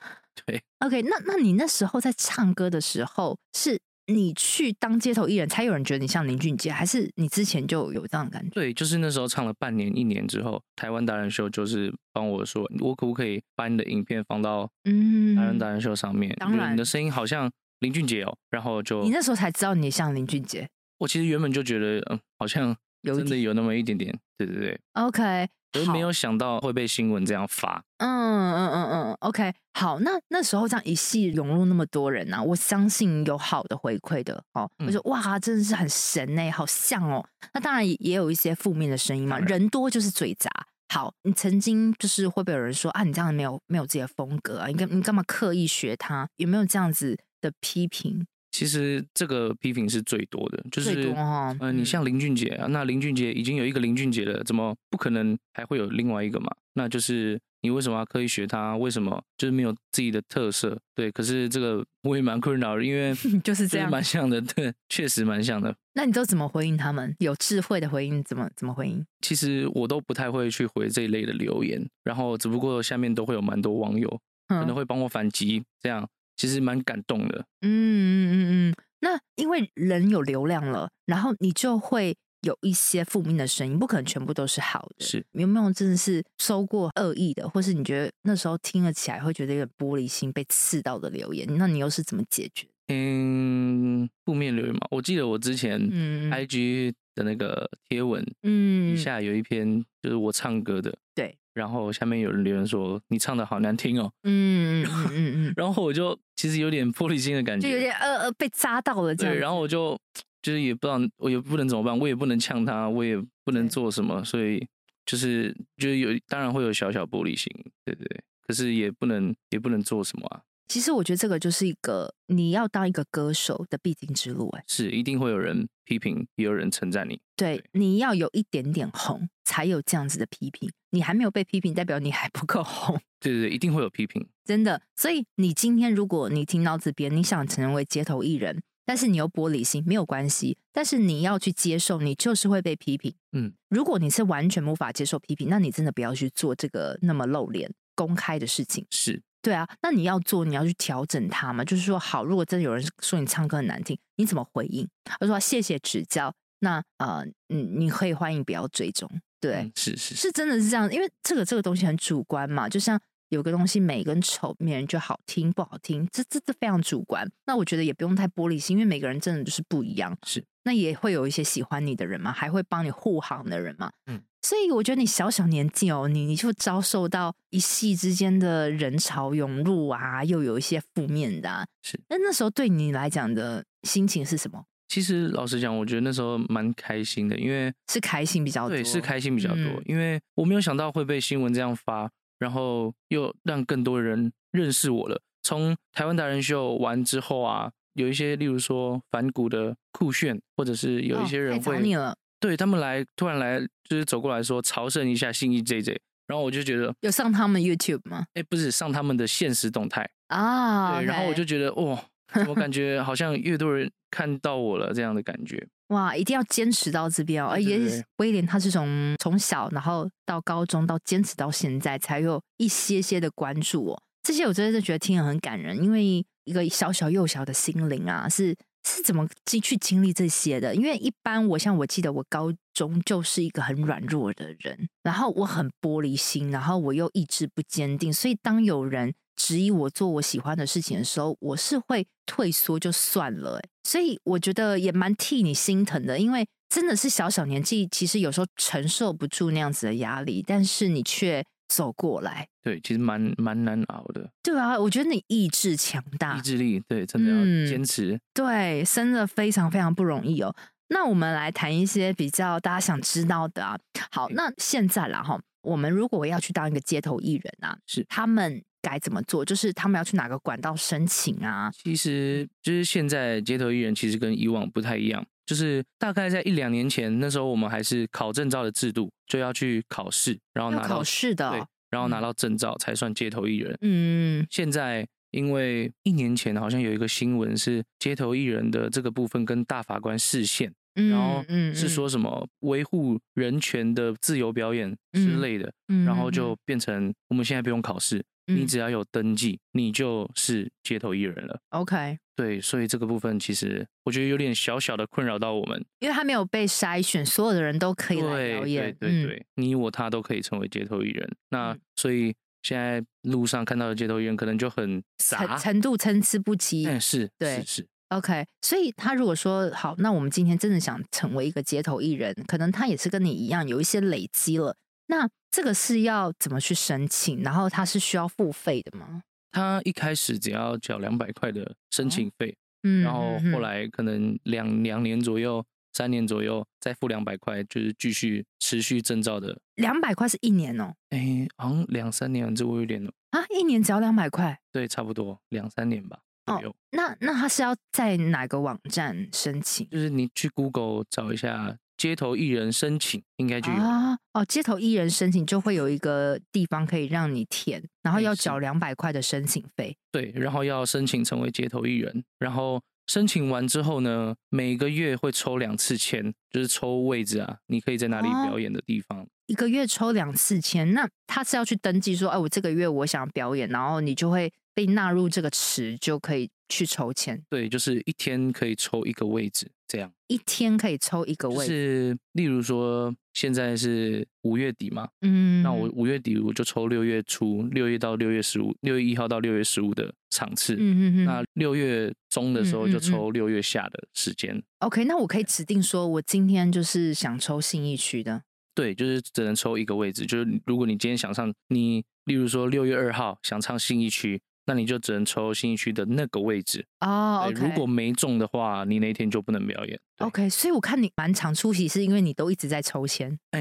[SPEAKER 1] 对，
[SPEAKER 3] OK，那那你那时候在唱歌的时候，是你去当街头艺人才有人觉得你像林俊杰，还是你之前就有这样的感觉？
[SPEAKER 1] 对，就是那时候唱了半年、一年之后，台湾达人秀就是帮我说，我可不可以把你的影片放到
[SPEAKER 3] 嗯
[SPEAKER 1] 达人达人秀上面，
[SPEAKER 3] 当
[SPEAKER 1] 觉得
[SPEAKER 3] 然
[SPEAKER 1] 你的声音好像林俊杰哦，然后就
[SPEAKER 3] 嗯你那时候才知道你像林俊杰。
[SPEAKER 1] 我其实原本就觉得，嗯，好像
[SPEAKER 3] 有一
[SPEAKER 1] 真的有那么一点点，对对对，
[SPEAKER 3] OK，
[SPEAKER 1] 可是没有想到会被新闻这样发，
[SPEAKER 3] 嗯嗯嗯嗯，OK，好，那那时候这样一系涌入那么多人啊，我相信有好的回馈的哦。我
[SPEAKER 1] 嗯
[SPEAKER 3] 说哇，真的是很神呢、好像哦。那当然也也有一些负面的声音嘛，
[SPEAKER 1] 当然
[SPEAKER 3] 人多就是嘴杂。好，你曾经就是会不会有人说啊，你这样没有没有自己的风格啊？你干你干嘛刻意学他？有没有这样子的批评？ [LAUGHS]
[SPEAKER 1] 其实这个批评是最多的，就
[SPEAKER 3] 最
[SPEAKER 1] 是
[SPEAKER 3] 多哦
[SPEAKER 1] 呃，你
[SPEAKER 3] 嗯
[SPEAKER 1] 像林俊杰啊，那林俊杰已经有一个林俊杰了，怎么不可能还会有另外一个嘛？那就是你为什么要刻意学他？为什么就是没有自己的特色？对，可是这个我也蛮困扰的，因为
[SPEAKER 3] [LAUGHS] 就
[SPEAKER 1] 就
[SPEAKER 3] 是这
[SPEAKER 1] 是
[SPEAKER 3] 样。
[SPEAKER 1] 蛮像的，对，确实蛮像的。
[SPEAKER 3] 那你都怎么回应他们？有智慧的回应怎么怎么回应？
[SPEAKER 1] 其实我都不太会去回这一类的留言，然后只不过下面都会有蛮多网友可
[SPEAKER 3] 嗯
[SPEAKER 1] 能会帮我反击，这样其实蛮感动的。
[SPEAKER 3] 嗯嗯嗯嗯，那因为人有流量了，然后你就会有一些负面的声音，不可能全部都是好的。
[SPEAKER 1] 是
[SPEAKER 3] 有没有真的是收过恶意的，或是你觉得那时候听了起来会觉得有点玻璃心、被刺到的留言？那你又是怎么解决？
[SPEAKER 1] 嗯，负面留言嘛，我记得我之前
[SPEAKER 3] 嗯
[SPEAKER 1] IG 的那个贴文底
[SPEAKER 3] 嗯
[SPEAKER 1] 下有一篇就是我唱歌的，
[SPEAKER 3] 对，
[SPEAKER 1] 然后下面有人留言说你唱的好难听哦，
[SPEAKER 3] 嗯嗯嗯嗯嗯，
[SPEAKER 1] [LAUGHS] 然后我就其实有点玻璃心的感觉，
[SPEAKER 3] 就有点呃呃被扎到了这样
[SPEAKER 1] 对，
[SPEAKER 3] 子。
[SPEAKER 1] 然后我就就是也不知道，我也不能怎么办，我也不能呛他，我也不能
[SPEAKER 3] 对
[SPEAKER 1] 做什么，所以就是就是有当然会有小小玻璃心，对对对。可是也不能也不能做什么啊，
[SPEAKER 3] 其实我觉得这个就是一个你要当一个歌手的必经之路、哎，
[SPEAKER 1] 是一定会有人批评，也有人称赞你，
[SPEAKER 3] 对，你要有一点点红，才有这样子的批评。你还没有被批评，代表你还不够红，
[SPEAKER 1] 对对对，一定会有批评，
[SPEAKER 3] 真的。所以你今天如果你听到这边，你想成为街头艺人，但是你又玻璃心，没有关系，但是你要去接受，你就是会被批评。
[SPEAKER 1] 嗯，
[SPEAKER 3] 如果你是完全无法接受批评，那你真的不要去做这个那么露脸、公开的事情。
[SPEAKER 1] 是
[SPEAKER 3] 对啊，那你要做，你要去调整它嘛。就是说，好，如果真的有人说你唱歌很难听，你怎么回应？他说谢谢指教，那呃，你你可以欢迎不要追踪。对，
[SPEAKER 1] 嗯是是是，
[SPEAKER 3] 是真的是这样，因为这个这个东西很主观嘛，就像有个东西美跟丑，每人就好听不好听，这这这非常主观。那我觉得也不用太玻璃心，因为每个人真的就是不一样。
[SPEAKER 1] 是，
[SPEAKER 3] 那也会有一些喜欢你的人嘛，还会帮你护航的人嘛。
[SPEAKER 1] 嗯，
[SPEAKER 3] 所以我觉得你小小年纪哦，你你就遭受到一夕之间的人潮涌入啊，又有一些负面的、啊。
[SPEAKER 1] 是，
[SPEAKER 3] 那那时候对你来讲的心情是什么？
[SPEAKER 1] 其实老实讲，我觉得那时候蛮开心的，因为
[SPEAKER 3] 是开心比较多，
[SPEAKER 1] 对是开心比较多，
[SPEAKER 3] 嗯
[SPEAKER 1] 因为我没有想到会被新闻这样发，然后又让更多人认识我了。从台湾达人秀完之后啊，有一些例如说反骨的酷炫，或者是有一些
[SPEAKER 3] 哦
[SPEAKER 1] 人
[SPEAKER 3] 太早
[SPEAKER 1] 会、
[SPEAKER 3] 你了，
[SPEAKER 1] 对他们来突然来就是走过来说朝圣一下信义 JJ，然后我就觉得
[SPEAKER 3] 有上他们 YouTube 吗？
[SPEAKER 1] 哎不是上他们的现实动态，
[SPEAKER 3] 啊，
[SPEAKER 1] 对，然后我
[SPEAKER 3] OK
[SPEAKER 1] 就觉得
[SPEAKER 3] [LAUGHS]
[SPEAKER 1] 哦，我感觉好像越多人看到我了这样的感觉，
[SPEAKER 3] 哇，一定要坚持到这边哦！而
[SPEAKER 1] 对对
[SPEAKER 3] 且
[SPEAKER 1] 对
[SPEAKER 3] 威廉他是从从小，然后到高中，到坚持到现在，才有一些些的关注哦。这些我真的觉得听了很感人，因为一个小小幼小的心灵啊，是是怎么去去经历这些的？因为一般我像我记得我高中就是一个很软弱的人，然后我很玻璃心，然后我又意志不坚定，所以当有人质疑我做我喜欢的事情的时候，我是会退缩就算了、欸。所以我觉得也蛮替你心疼的，因为真的是小小年纪，其实有时候承受不住那样子的压力，但是你却走过来。
[SPEAKER 1] 对，其实蛮蛮难熬的，
[SPEAKER 3] 对啊，我觉得你意志强大，
[SPEAKER 1] 意志力对，真的要
[SPEAKER 3] 啊嗯
[SPEAKER 1] 坚持。
[SPEAKER 3] 对，真的非常非常不容易哦。那我们来谈一些比较大家想知道的啊。
[SPEAKER 1] 嗯
[SPEAKER 3] 好，那现在啦哈，我们如果要去当一个街头艺人啊，
[SPEAKER 1] 是
[SPEAKER 3] 他们该怎么做？就是他们要去哪个管道申请啊？
[SPEAKER 1] 其实就是现在街头艺人其实跟以往不太一样，就是大概在一两年前，那时候我们还是考证照的制度，就要去考试，然后
[SPEAKER 3] 要
[SPEAKER 1] 拿到
[SPEAKER 3] 考试的
[SPEAKER 1] 对
[SPEAKER 3] 哦，，
[SPEAKER 1] 然后拿到证照才算街头艺人。
[SPEAKER 3] 嗯，
[SPEAKER 1] 现在因为一年前好像有一个新闻是街头艺人的这个部分跟大法官视线，
[SPEAKER 3] 嗯
[SPEAKER 1] 然后
[SPEAKER 3] 嗯
[SPEAKER 1] 是
[SPEAKER 3] 嗯
[SPEAKER 1] 说什么维护人权的自由表演之类的，
[SPEAKER 3] 嗯
[SPEAKER 1] 然后就变成我们现在不用考试，
[SPEAKER 3] 嗯
[SPEAKER 1] 你只要有登记，你就是街头艺人了。
[SPEAKER 3] OK，
[SPEAKER 1] 对，所以这个部分其实我觉得有点小小的困扰到我们。
[SPEAKER 3] 因为他没有被筛选，所有的人都可以来
[SPEAKER 1] 对
[SPEAKER 3] 表
[SPEAKER 1] 对
[SPEAKER 3] 演，
[SPEAKER 1] 对
[SPEAKER 3] 嗯，
[SPEAKER 1] 对，你我他都可以成为街头艺人。那
[SPEAKER 3] 嗯
[SPEAKER 1] 所以现在路上看到的街头艺人可能就很
[SPEAKER 3] 程
[SPEAKER 1] 杂，
[SPEAKER 3] 程度参差不齐。
[SPEAKER 1] 哎是，
[SPEAKER 3] 对
[SPEAKER 1] 是是，
[SPEAKER 3] OK，所以他如果说好，那我们今天真的想成为一个街头艺人，可能他也是跟你一样有一些累积了。那这个是要怎么去申请？然后他是需要付费的吗？
[SPEAKER 1] 他一开始只要缴两百块的申请费，
[SPEAKER 3] 嗯，
[SPEAKER 1] 然后
[SPEAKER 3] 嗯
[SPEAKER 1] 后
[SPEAKER 3] 嗯
[SPEAKER 1] 来可能两两年左右、三年左右再付两百块，就是继续持续证照的。
[SPEAKER 3] 两百块是一年哦，
[SPEAKER 1] 哎，好像两三年，这我有点
[SPEAKER 3] 啊，一年只要两百块。
[SPEAKER 1] 对，差不多两三年吧
[SPEAKER 3] 哦
[SPEAKER 1] 左右。
[SPEAKER 3] 那那他是要在哪个网站申请
[SPEAKER 1] 就是你去 Google 找一下街头艺人申请，应该就有。
[SPEAKER 3] 啊？哦，街头艺人申请就会有一个地方可以让你填，然后
[SPEAKER 1] 哎
[SPEAKER 3] 要
[SPEAKER 1] 是
[SPEAKER 3] 缴两百块的申请费。
[SPEAKER 1] 对，然后要申请成为街头艺人，然后申请完之后呢，每个月会抽两次签，就是抽位置啊，你可以在哪里
[SPEAKER 3] 哦
[SPEAKER 1] 表演的地方。
[SPEAKER 3] 一个月抽两次钱，那他是要去登记说，哎，我这个月我想表演，然后你就会被纳入这个池，就可以去抽签，
[SPEAKER 1] 对，就是一天可以抽一个位置，这样。
[SPEAKER 3] 一天可以抽一个
[SPEAKER 1] 就
[SPEAKER 3] 位，
[SPEAKER 1] 是例如说，现在是五月底嘛，
[SPEAKER 3] 嗯，
[SPEAKER 1] 那我五月底我就抽六月初，六月到六月十五，六月一号到六月十五的场次。
[SPEAKER 3] 嗯嗯嗯
[SPEAKER 1] 那六月中的时候
[SPEAKER 3] 嗯嗯
[SPEAKER 1] 就
[SPEAKER 3] 嗯
[SPEAKER 1] 抽六月下的时间，
[SPEAKER 3] ，OK，那我可以指定说，我今天就是想抽信义区的，
[SPEAKER 1] 对，就是只能抽一个位置。就是如果你今天想上，你例如说六月二号想唱信义区，那你就只能抽新一区的那个位置。
[SPEAKER 3] 哦
[SPEAKER 1] 对
[SPEAKER 3] ，OK，
[SPEAKER 1] 如果没中的话，你那天就不能表演。对
[SPEAKER 3] OK，所以我看你蛮常出席，是因为你都一直在抽签，
[SPEAKER 1] 哎、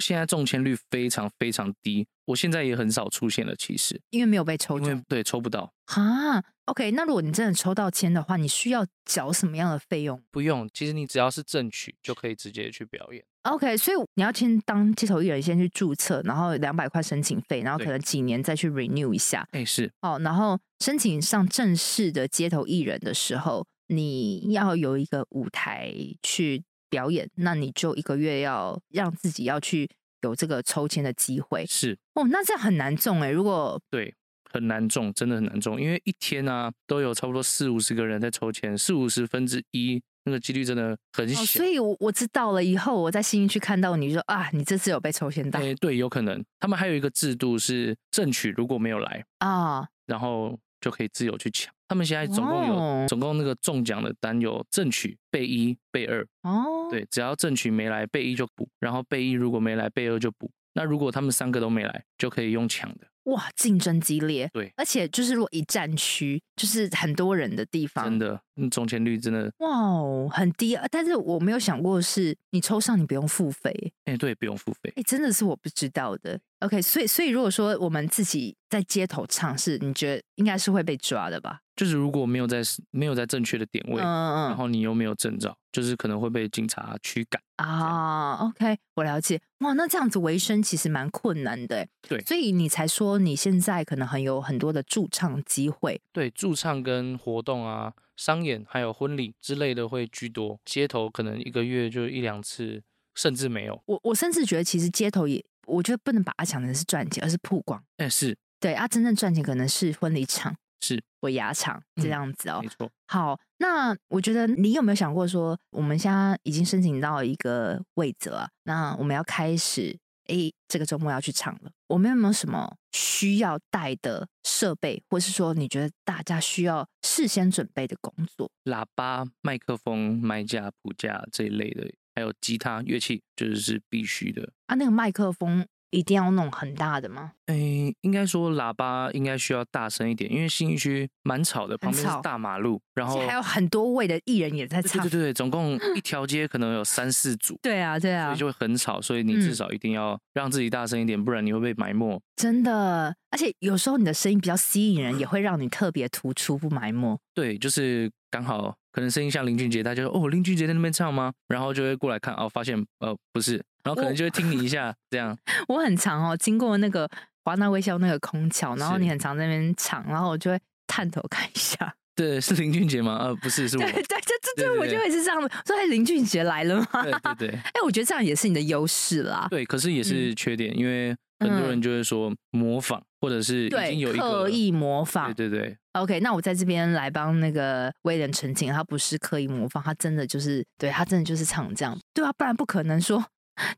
[SPEAKER 1] 现在中签率非常非常低，我现在也很少出现了，其实
[SPEAKER 3] 因为没有被抽
[SPEAKER 1] 因
[SPEAKER 3] 中
[SPEAKER 1] 为对抽不到，
[SPEAKER 3] 啊。OK，那如果你真的抽到签的话，你需要缴什么样的费用
[SPEAKER 1] 不用。其实你只要是正取就可以直接去表演。
[SPEAKER 3] ？OK，所以你要先当街头艺人，先去注册，然后两百块申请费，然后可
[SPEAKER 1] 对
[SPEAKER 3] 能几年再去 renew 一下
[SPEAKER 1] 哎、是
[SPEAKER 3] 哦。然后申请上正式的街头艺人的时候，你要有一个舞台去表演，那你就一个月要让自己要去有这个抽签的机会
[SPEAKER 1] 是，
[SPEAKER 3] 哦。那这样很难中哎、如果
[SPEAKER 1] 对，很难中，真的很难中，因为一天啊都有差不多四五十个人在抽签，四五十分之一，那个几率真的很
[SPEAKER 3] 哦，
[SPEAKER 1] 小。
[SPEAKER 3] 所以我我知道了，以后我在新一区看到你就说啊，你这次有被抽签到
[SPEAKER 1] 哎、对，有可能。他们还有一个制度是正取如果没有来，
[SPEAKER 3] 啊，
[SPEAKER 1] 然后就可以自由去抢。他们现在总共有、
[SPEAKER 3] 哦
[SPEAKER 1] 总共那个中奖的单有正取、备一、备二，
[SPEAKER 3] 哦，，
[SPEAKER 1] 对，只要正取没来，备一就补，然后备一如果没来，备二就补。那如果他们三个都没来，就可以用抢的，
[SPEAKER 3] 哇，竞争激烈，
[SPEAKER 1] 对
[SPEAKER 3] 而且就是如果一战区就是很多人的地方，
[SPEAKER 1] 真的，嗯中签率真的，
[SPEAKER 3] 哇哦，很低，啊但是我没有想过是你抽上你不用付费，
[SPEAKER 1] 哎、对，不用付费
[SPEAKER 3] 哎、，真的是我不知道的。OK，所以所以如果说我们自己在街头唱是，你觉得应该是会被抓的吧？
[SPEAKER 1] 就是如果没有在没有在正确的点位，然
[SPEAKER 3] 嗯
[SPEAKER 1] 后你又没有证照，就是可能会被警察驱赶。
[SPEAKER 3] 啊，OK，我了解。哇，那这样子维生其实蛮困难的欸。
[SPEAKER 1] 对
[SPEAKER 3] 所以你才说你现在可能很有很多的驻唱机会
[SPEAKER 1] 对，驻唱跟活动啊、商演还有婚礼之类的会居多，街头可能一个月就一两次，甚至没有。
[SPEAKER 3] 我我甚至觉得，其实街头也，我觉得不能把它想成是赚钱，而是曝光。
[SPEAKER 1] 哎、是
[SPEAKER 3] 对啊，真正赚钱可能是婚礼场、
[SPEAKER 1] 是，
[SPEAKER 3] 尾牙场这
[SPEAKER 1] 嗯
[SPEAKER 3] 样子哦。
[SPEAKER 1] 没错。
[SPEAKER 3] 好，那我觉得你有没有想过说，我们现在已经申请到一个位置了，那我们要开始，诶，这个周末要去唱了，我们有没有什么需要带的设备，或是说你觉得大家需要事先准备的工作？
[SPEAKER 1] 喇叭、麦克风、麦架、谱架这一类的，还有吉他、乐器，就是是必须的。
[SPEAKER 3] 啊，那个麦克风一定要弄很大的吗？
[SPEAKER 1] 哎、应该说喇叭应该需要大声一点，因为新一区蛮吵的，旁边
[SPEAKER 3] 吵
[SPEAKER 1] 是大马路，然
[SPEAKER 3] 而
[SPEAKER 1] 后
[SPEAKER 3] 且还有很多位的艺人也在
[SPEAKER 1] 对对
[SPEAKER 3] 唱，
[SPEAKER 1] 对对，总
[SPEAKER 3] [LAUGHS]。
[SPEAKER 1] 共一条街可能有三四组
[SPEAKER 3] 对啊，对
[SPEAKER 1] 所
[SPEAKER 3] 啊
[SPEAKER 1] 以，就会很吵，所以你
[SPEAKER 3] 嗯
[SPEAKER 1] 至少一定要让自己大声一点，不然你会被埋没。
[SPEAKER 3] 真的，而且有时候你的声音比较吸引人，
[SPEAKER 1] 嗯
[SPEAKER 3] 也会让你特别突出不埋没。
[SPEAKER 1] 对，就是刚好可能声音像林俊杰，他就说哦林俊杰在那边唱吗？然后就会过来看哦，发现呃不是，然后
[SPEAKER 3] 哦
[SPEAKER 1] 可能就会听你一下这样。
[SPEAKER 3] 我很常哦，经过那个华纳微笑那个空桥，然后
[SPEAKER 1] 是
[SPEAKER 3] 你很常在那边唱，然后我就会探头看一下。 [LAUGHS]
[SPEAKER 1] 对，是林俊杰吗？呃不是，是我。
[SPEAKER 3] 对对
[SPEAKER 1] 对
[SPEAKER 3] 对对
[SPEAKER 1] 对
[SPEAKER 3] 对，
[SPEAKER 1] 对
[SPEAKER 3] 我就会是这样的。说哎，林俊杰来了吗？
[SPEAKER 1] 对对
[SPEAKER 3] [LAUGHS] 哎，我觉得这样也是你的优势啦。
[SPEAKER 1] 对，可是也
[SPEAKER 3] 嗯
[SPEAKER 1] 是缺点，因为很多人就会说模仿，或者是已经有一个
[SPEAKER 3] 刻意模仿。
[SPEAKER 1] 对对对，
[SPEAKER 3] OK，那我在这边来帮那个威廉澄清，他不是刻意模仿，他真的就是，对他真的就是唱这样。对啊，不然不可能说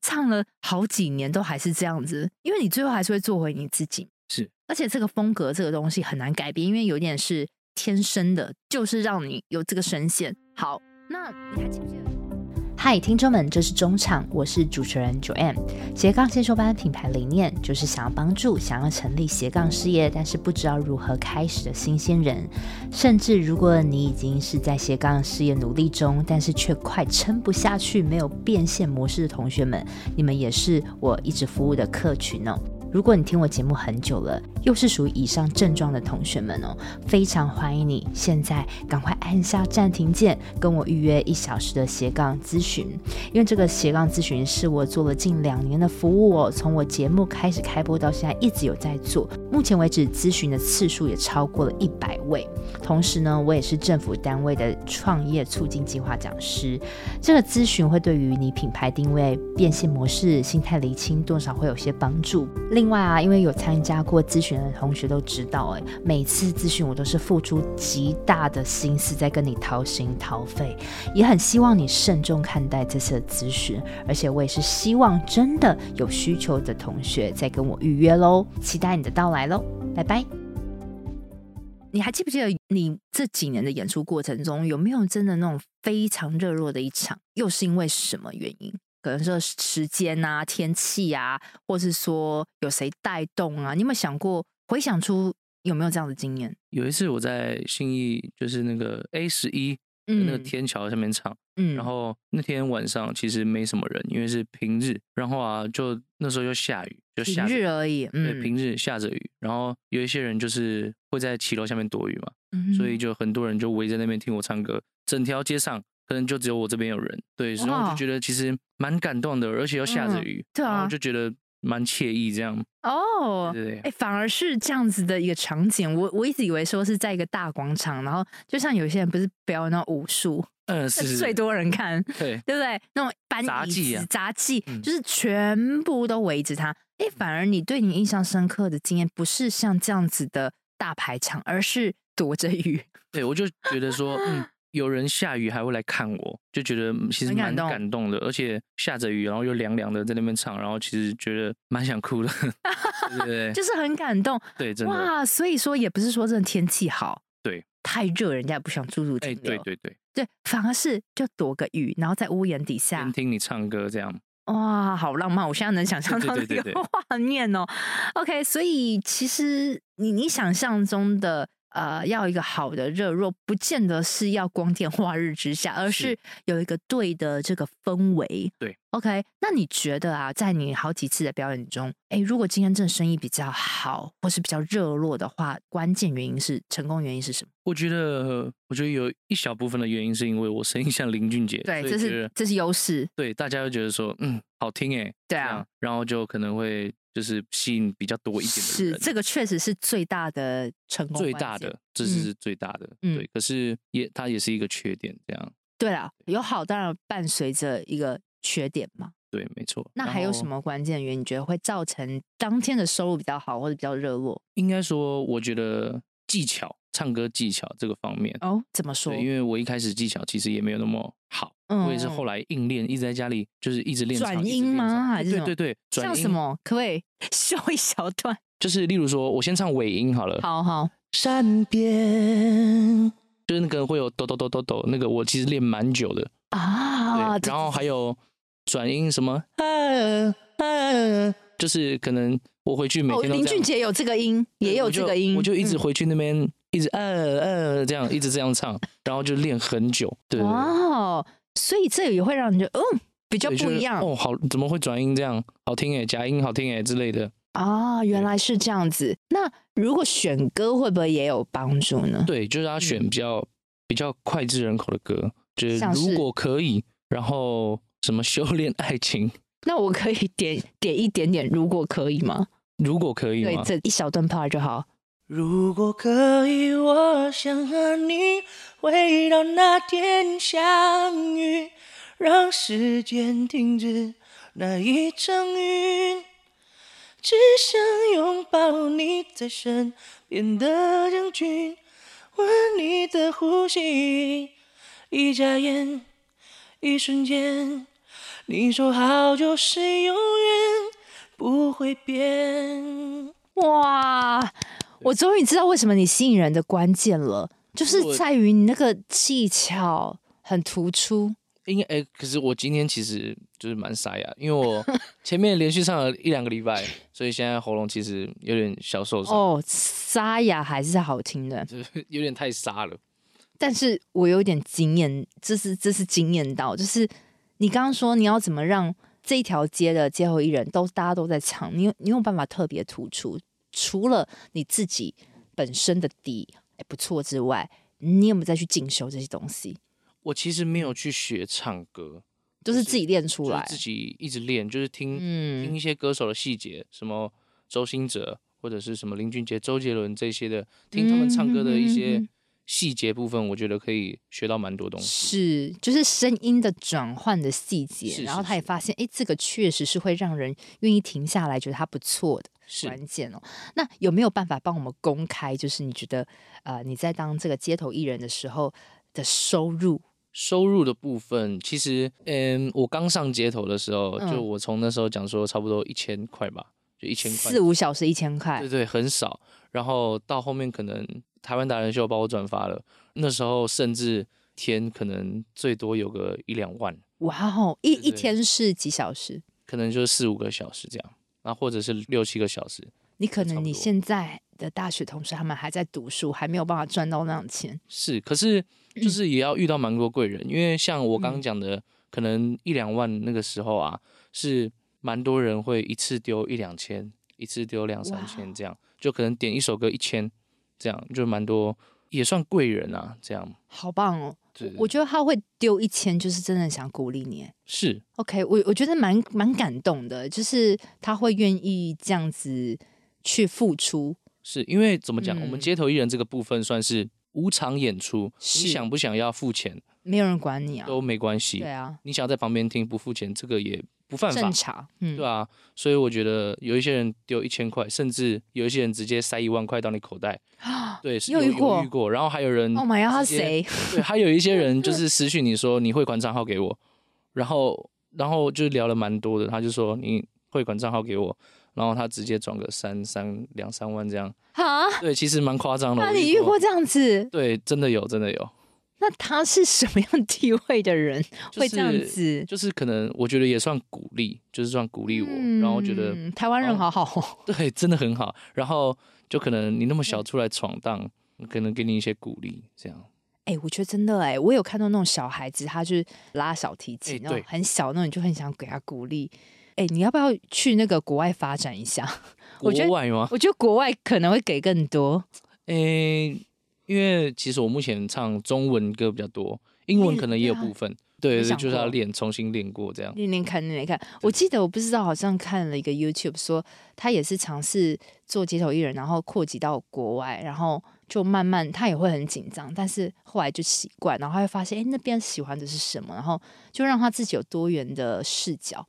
[SPEAKER 3] 唱了好几年都还是这样子，因为你最后还是会做回你自己。
[SPEAKER 1] 是，
[SPEAKER 3] 而且这个风格这个东西很难改变，因为有点是天生的，就是让你有这个声线。好，那你还记不记得？
[SPEAKER 2] 嗨，听众们，这是中场，我是主持人 Joanne。斜杠先修班品牌理念就是想要帮助想要成立斜杠事业，但是不知道如何开始的新鲜人，甚至如果你已经是在斜杠事业努力中，但是却快撑不下去，没有变现模式的同学们，你们也是我一直服务的客群哦。如果你听我节目很久了，又是属于以上症状的同学们哦，非常欢迎你现在赶快按下暂停键，跟我预约一小时的斜杠咨询。因为这个斜杠咨询是我做了近两年的服务哦，从我节目开始开播到现在一直有在做，目前为止咨询的次数也超过了一百位。同时呢，我也是政府单位的创业促进计划讲师。这个咨询会对于你品牌定位、变现模式、心态厘清，多少会有些帮助。另外啊，因为有参加过咨询的同学都知道、哎，每次咨询我都是付出极大的心思在跟你掏心掏肺，也很希望你慎重看待这次的咨询，而且我也是希望真的有需求的同学再跟我预约喽，期待你的到来喽，拜拜。
[SPEAKER 3] 你还记不记得你这几年的演出过程中，有没有真的那种非常热络的一场？又是因为什么原因？可能说时间啊、天气啊，或是说有谁带动啊？你有没有想过回想出有没有这样的经验？
[SPEAKER 1] 有一次我在信义，就是那个 A 十一
[SPEAKER 3] 嗯
[SPEAKER 1] 那个天桥下面唱，
[SPEAKER 3] 嗯
[SPEAKER 1] 然后那天晚上其实没什么人，因为是平日，然后啊，就那时候又下雨，就
[SPEAKER 3] 平
[SPEAKER 1] 下着
[SPEAKER 3] 日而已，
[SPEAKER 1] 对，
[SPEAKER 3] 嗯，
[SPEAKER 1] 平日下着雨，然后有一些人就是会在骑楼下面躲雨嘛，
[SPEAKER 3] 嗯
[SPEAKER 1] 所以就很多人就围在那边听我唱歌，整条街上可能就只有我这边有人，对，然后我
[SPEAKER 3] 哇
[SPEAKER 1] 就觉得其实蛮感动的，而且又下着
[SPEAKER 3] 嗯
[SPEAKER 1] 雨，
[SPEAKER 3] 对
[SPEAKER 1] 然
[SPEAKER 3] 啊
[SPEAKER 1] 后就觉得蛮惬意这样，
[SPEAKER 3] 哦，
[SPEAKER 1] 对对
[SPEAKER 3] 哎、反而是这样子的一个场景，我我一直以为说是在一个大广场，然后就像有些人不是表演那种武术，
[SPEAKER 1] 嗯，是是
[SPEAKER 3] [LAUGHS] 最
[SPEAKER 1] 是
[SPEAKER 3] 多人看，
[SPEAKER 1] 对，
[SPEAKER 3] 对不对？那种搬
[SPEAKER 1] 杂
[SPEAKER 3] 椅
[SPEAKER 1] 技啊
[SPEAKER 3] 子杂技
[SPEAKER 1] 嗯
[SPEAKER 3] 就是全部都围着他。哎、反而你对你印象深刻的经验，不是像这样子的大排场，而是躲着雨，
[SPEAKER 1] 对，我就觉得说，
[SPEAKER 3] [LAUGHS]
[SPEAKER 1] 嗯，有人下雨还会来看我，就觉得嗯其实
[SPEAKER 3] 很感
[SPEAKER 1] 蛮
[SPEAKER 3] 动
[SPEAKER 1] 感动的，而且下着雨，然后又凉凉的在那边唱，然后其实觉得蛮想哭的， [LAUGHS] 对对对
[SPEAKER 3] [LAUGHS] 就是很感动
[SPEAKER 1] 对， [LAUGHS] 真的，
[SPEAKER 3] 哇！所以说，也不是说真的天气好，
[SPEAKER 1] 对，
[SPEAKER 3] 太热人家也不想驻足停
[SPEAKER 1] 哎，
[SPEAKER 3] 留，
[SPEAKER 1] 对对对，
[SPEAKER 3] 对，反而是就躲个雨，然后在屋檐底下
[SPEAKER 1] 边听你唱歌这样，
[SPEAKER 3] 哇，好浪漫！我现在能想象
[SPEAKER 1] 对
[SPEAKER 3] 到那
[SPEAKER 1] 对对对
[SPEAKER 3] 个
[SPEAKER 1] 对
[SPEAKER 3] [LAUGHS] 画面哦。OK，所以其实你你想象中的呃，要一个好的热络，不见得是要光天化日之下，而
[SPEAKER 1] 是
[SPEAKER 3] 是有一个对的这个氛围。
[SPEAKER 1] 对
[SPEAKER 3] ，OK，那你觉得啊，在你好几次的表演中，哎，如果今天这生意比较好，或是比较热络的话，关键原因是成功原因是什么？
[SPEAKER 1] 我觉得，我觉得有一小部分的原因是因为我声音像林俊杰，所以
[SPEAKER 3] 这
[SPEAKER 1] 觉
[SPEAKER 3] 是
[SPEAKER 1] 得
[SPEAKER 3] 这是优势。
[SPEAKER 1] 对大家会觉得说，嗯，好听哎，
[SPEAKER 3] 对
[SPEAKER 1] 这
[SPEAKER 3] 啊
[SPEAKER 1] 样，，然后就可能会就是吸引比较多一点的
[SPEAKER 3] 是
[SPEAKER 1] 人，
[SPEAKER 3] 这个确实是最大的成功，
[SPEAKER 1] 最大的，这
[SPEAKER 3] 嗯
[SPEAKER 1] 是最大的，
[SPEAKER 3] 嗯
[SPEAKER 1] 对，可是也它也是一个缺点，这样，
[SPEAKER 3] 对啦，有好当然伴随着一个缺点嘛。
[SPEAKER 1] 对，没错。
[SPEAKER 3] 那
[SPEAKER 1] 然
[SPEAKER 3] 还有
[SPEAKER 1] 后
[SPEAKER 3] 什么关键原因？你觉得会造成当天的收入比较好，或者比较热络？
[SPEAKER 1] 应该说，我觉得技巧，唱歌技巧这个方面，
[SPEAKER 3] 哦，怎么说？
[SPEAKER 1] 嗯对，因为我一开始技巧其实也没有那么好，
[SPEAKER 3] 嗯
[SPEAKER 1] 我也是后来硬练，一直在家里就是一直练唱
[SPEAKER 3] 转
[SPEAKER 1] 一直
[SPEAKER 3] 音
[SPEAKER 1] 练唱
[SPEAKER 3] 吗还是
[SPEAKER 1] 对
[SPEAKER 3] 什
[SPEAKER 1] 对对，转
[SPEAKER 3] 像
[SPEAKER 1] 音
[SPEAKER 3] 什么？可不可以 [LAUGHS] 秀一小段？
[SPEAKER 1] 就是例如说，我先唱尾音好了，
[SPEAKER 3] 好好，
[SPEAKER 4] 山边，
[SPEAKER 1] 就是那个会有抖抖抖抖抖，那个我其实练蛮久的，对，
[SPEAKER 3] 啊，这
[SPEAKER 1] 然后还有转音什么，
[SPEAKER 4] 啊啊，
[SPEAKER 1] 就是可能我回去每
[SPEAKER 3] 哦，
[SPEAKER 1] 天都这样、
[SPEAKER 3] 林俊杰有这个音，也
[SPEAKER 1] 对
[SPEAKER 3] 有
[SPEAKER 1] 我
[SPEAKER 3] 这
[SPEAKER 1] 就
[SPEAKER 3] 个音，
[SPEAKER 1] 我就一直
[SPEAKER 3] 嗯
[SPEAKER 1] 回去那边、一直呃呃这样一直这样唱，然后就练很久，对对对
[SPEAKER 3] 哦，所以这也会让你觉得嗯比较
[SPEAKER 1] 对
[SPEAKER 3] 不
[SPEAKER 1] 是
[SPEAKER 3] 一样
[SPEAKER 1] 哦，好，怎么会转音这样？好听哎，假音好听哎之类的。
[SPEAKER 3] 啊，原来是这样子。那如果选歌会不会也有帮助呢？
[SPEAKER 1] 对，就是他选比较、比较脍炙人口的歌，就是
[SPEAKER 3] 嗯像是
[SPEAKER 1] 如果可以，然后什么修炼爱情，
[SPEAKER 3] 那我可以点点一点点，如果可以吗？
[SPEAKER 1] 如果可以
[SPEAKER 3] 对，
[SPEAKER 1] 吗？
[SPEAKER 3] 这一小段 part 就好。
[SPEAKER 4] 如果可以，我想和你回到那天相遇，让时间停止那一场雨，只想拥抱你在身边的将军，闻你的呼吸，一眨眼，一瞬间，你说好就是永远不会变。
[SPEAKER 3] 哇，我终于知道为什么你吸引人的关键了，就是
[SPEAKER 1] 我
[SPEAKER 3] 在于你那个技巧很突出。
[SPEAKER 1] 应该哎、可是我今天其实就是蛮沙哑，因为我前面连续唱了一两个礼拜，所以现在喉咙其实有点小受伤，
[SPEAKER 3] 哦，沙哑还是好听的，
[SPEAKER 1] 就是 [LAUGHS] 有点太沙了。
[SPEAKER 3] 但是我有点惊艳，这是这是惊艳到，就是你刚刚说你要怎么让这一条街的街头艺人都大家都在唱，你有你有办法特别突出，除了你自己本身的底哎不错之外，你有没有再去进修这些东西？
[SPEAKER 1] 我其实没有去学唱歌，
[SPEAKER 3] 就是自己练出
[SPEAKER 1] 就是
[SPEAKER 3] 来，
[SPEAKER 1] 自己一直练，就是听、听
[SPEAKER 3] 嗯
[SPEAKER 1] 一些歌手的细节，什么周兴哲或者是什么林俊杰、周杰伦这些的，听他们唱歌的一
[SPEAKER 3] 嗯嗯嗯
[SPEAKER 1] 些
[SPEAKER 3] 嗯
[SPEAKER 1] 细节部分，我觉得可以学到蛮多东西。
[SPEAKER 3] 是，就是声音的转换的细节，
[SPEAKER 1] 是
[SPEAKER 3] 然后
[SPEAKER 1] 是
[SPEAKER 3] 他也
[SPEAKER 1] 是
[SPEAKER 3] 发现，哎，这个确实是会让人愿意停下来，觉得他不错的
[SPEAKER 1] 是
[SPEAKER 3] 关键哦。那有没有办法帮我们公开？就是你觉得，呃，你在当这个街头艺人的时候的收入，
[SPEAKER 1] 收入的部分，其实，嗯，我刚上街头的时候，
[SPEAKER 3] 嗯
[SPEAKER 1] 就我从那时候讲说，差不多一千块吧，就一千块
[SPEAKER 3] 四，五小时一千块
[SPEAKER 1] 对，对，很少。然后到后面可能台湾达人秀把我转发了，那时候甚至天可能最多有个一两万，
[SPEAKER 3] 哇哦，一一
[SPEAKER 1] 对对
[SPEAKER 3] 天是几小时？
[SPEAKER 1] 可能就是四五个小时这样，那或者是六七个小时。
[SPEAKER 3] 你可
[SPEAKER 1] 差
[SPEAKER 3] 能
[SPEAKER 1] 不
[SPEAKER 3] 你
[SPEAKER 1] 多
[SPEAKER 3] 现在的大学同学他们还在读书，还没有办法赚到那样钱。
[SPEAKER 1] 是，可
[SPEAKER 3] 嗯
[SPEAKER 1] 是就是也要遇到蛮多贵人，因为像我刚刚讲的，可能一两万那个时候啊，是蛮多人会一次丢一两千，一次丢两三千这样，就可能点一首歌一千，这样就蛮多，也算贵人啊，这样。
[SPEAKER 3] 好棒哦！
[SPEAKER 1] 对
[SPEAKER 3] 我觉得他会丢一千，就是真的想鼓励你。
[SPEAKER 1] 是
[SPEAKER 3] OK，我我觉得蛮蛮感动的，就是他会愿意这样子去付出。
[SPEAKER 1] 是，因为怎么讲，我
[SPEAKER 3] 嗯
[SPEAKER 1] 们街头艺人这个部分算是无偿演出，
[SPEAKER 3] 是
[SPEAKER 1] 你想不想要付钱
[SPEAKER 3] 没有人管你啊，
[SPEAKER 1] 都没关系
[SPEAKER 3] 对，啊，
[SPEAKER 1] 你想在旁边听不付钱，这个也不犯法
[SPEAKER 3] 正。常，嗯，
[SPEAKER 1] 对啊，所以我觉得有一些人丢一千块，甚至有一些人直接塞一万块到你口袋，对，是
[SPEAKER 3] 你有遇
[SPEAKER 1] 有
[SPEAKER 3] 过
[SPEAKER 1] 遇过，然后还有人
[SPEAKER 3] Oh my god，他
[SPEAKER 1] 啊直接
[SPEAKER 3] 谁？
[SPEAKER 1] 对，还有一些人
[SPEAKER 3] [LAUGHS]
[SPEAKER 1] 就是私讯你说你汇款账号给我，然后然后就聊了蛮多的，他就说你汇款账号给我，然后他直接转个三三两三万这样，
[SPEAKER 3] 哈，
[SPEAKER 1] 对，其实蛮夸张的。
[SPEAKER 3] 那
[SPEAKER 1] 我
[SPEAKER 3] 你遇过？这样子？
[SPEAKER 1] 对，真的有，真的有，
[SPEAKER 3] 那他是什么样地位的人、
[SPEAKER 1] 就是
[SPEAKER 3] 会这样子？
[SPEAKER 1] 就是可能我觉得也算鼓励，就是算鼓励我，
[SPEAKER 3] 嗯
[SPEAKER 1] 然后觉得
[SPEAKER 3] 台湾人
[SPEAKER 1] 哦
[SPEAKER 3] 好好哦，
[SPEAKER 1] 对，真的很好。然后就可能你那么小
[SPEAKER 3] 嗯
[SPEAKER 1] 出来闯荡，可能给你一些鼓励，这样。
[SPEAKER 3] 哎、我觉得真的哎、我有看到那种小孩子，他就是拉小提琴，
[SPEAKER 1] 哎
[SPEAKER 3] 然后
[SPEAKER 1] 对
[SPEAKER 3] 很小那种，你就很想给他鼓励。哎、你要不要去那个国外发展一下？我
[SPEAKER 1] 国
[SPEAKER 3] 觉得
[SPEAKER 1] 外吗？
[SPEAKER 3] [LAUGHS] 我觉得国外可能会给更多。
[SPEAKER 1] 诶、因为其实我目前唱中文歌比较多，英文可能也有部分。对
[SPEAKER 3] 嗯啊没
[SPEAKER 1] 对，
[SPEAKER 3] 想
[SPEAKER 1] 就是要
[SPEAKER 3] 过
[SPEAKER 1] 练，重新练过这样。
[SPEAKER 3] 练练看，练练看。我记得我不知道，好像看了一个 YouTube 说，他也是尝试做街头艺人，然后扩及到国外，然后就慢慢他也会很紧张，但是后来就习惯，然后他会发现，哎、那边喜欢的是什么，然后就让他自己有多元的视角，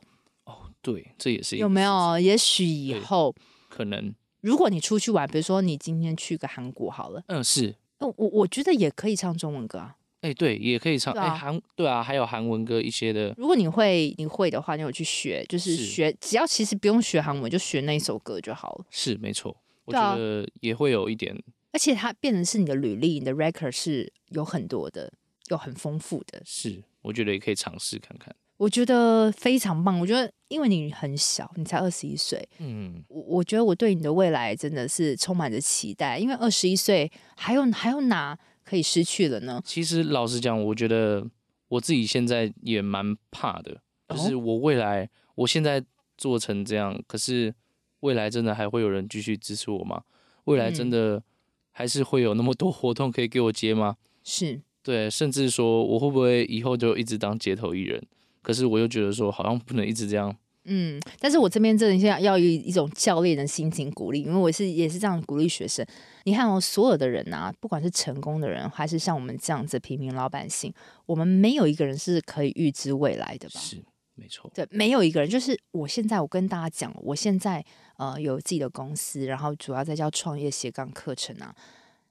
[SPEAKER 1] 对，这也是一
[SPEAKER 3] 有
[SPEAKER 1] 个
[SPEAKER 3] 没
[SPEAKER 1] 事情
[SPEAKER 3] 有？也许以
[SPEAKER 1] 对
[SPEAKER 3] 后。
[SPEAKER 1] 可能？
[SPEAKER 3] 如果你出去玩，比如说你今天去个韩国好了，
[SPEAKER 1] 嗯，是。
[SPEAKER 3] 那我我觉得也可以唱中文歌啊。
[SPEAKER 1] 哎、对，也可以唱。
[SPEAKER 3] 对
[SPEAKER 1] 哎、
[SPEAKER 3] 啊
[SPEAKER 1] 韩对啊，还有韩文歌一些的。
[SPEAKER 3] 如果你会你会的话，你有去学，就是
[SPEAKER 1] 是
[SPEAKER 3] 学，只要其实不用学韩文，就学那一首歌就好了。
[SPEAKER 1] 是没错，我
[SPEAKER 3] 对啊
[SPEAKER 1] 觉得也会有一点。
[SPEAKER 3] 而且它变成是你的履历，你的 record 是有很多的，有很丰富的，
[SPEAKER 1] 是，我觉得也可以尝试看看。
[SPEAKER 3] 我觉得非常棒。我觉得因为你很小，你才二十一岁，
[SPEAKER 1] 嗯，
[SPEAKER 3] 我我觉得我对你的未来真的是充满着期待，因为二十一岁还有还有哪可以失去了呢？
[SPEAKER 1] 其实老实讲，我觉得我自己现在也蛮怕的，
[SPEAKER 3] 哦
[SPEAKER 1] 就是我未来，我现在做成这样，可是未来真的还会有人继续支持我吗？未来
[SPEAKER 3] 嗯
[SPEAKER 1] 真的还是会有那么多活动可以给我接吗？
[SPEAKER 3] 是
[SPEAKER 1] 对，甚至说我会不会以后就一直当街头艺人？可是我又觉得说，好像不能一直这样。
[SPEAKER 3] 嗯，但是我这边真的现在要以一种教练的心情鼓励，因为我是也是这样鼓励学生。你看哦，所有的人啊，不管是成功的人，还是像我们这样子平民老百姓，我们没有一个人是可以预知未来的吧？
[SPEAKER 1] 是，没错，
[SPEAKER 3] 对，没有一个人。就是我现在，我跟大家讲，我现在呃有自己的公司，然后主要在教创业斜杠课程啊。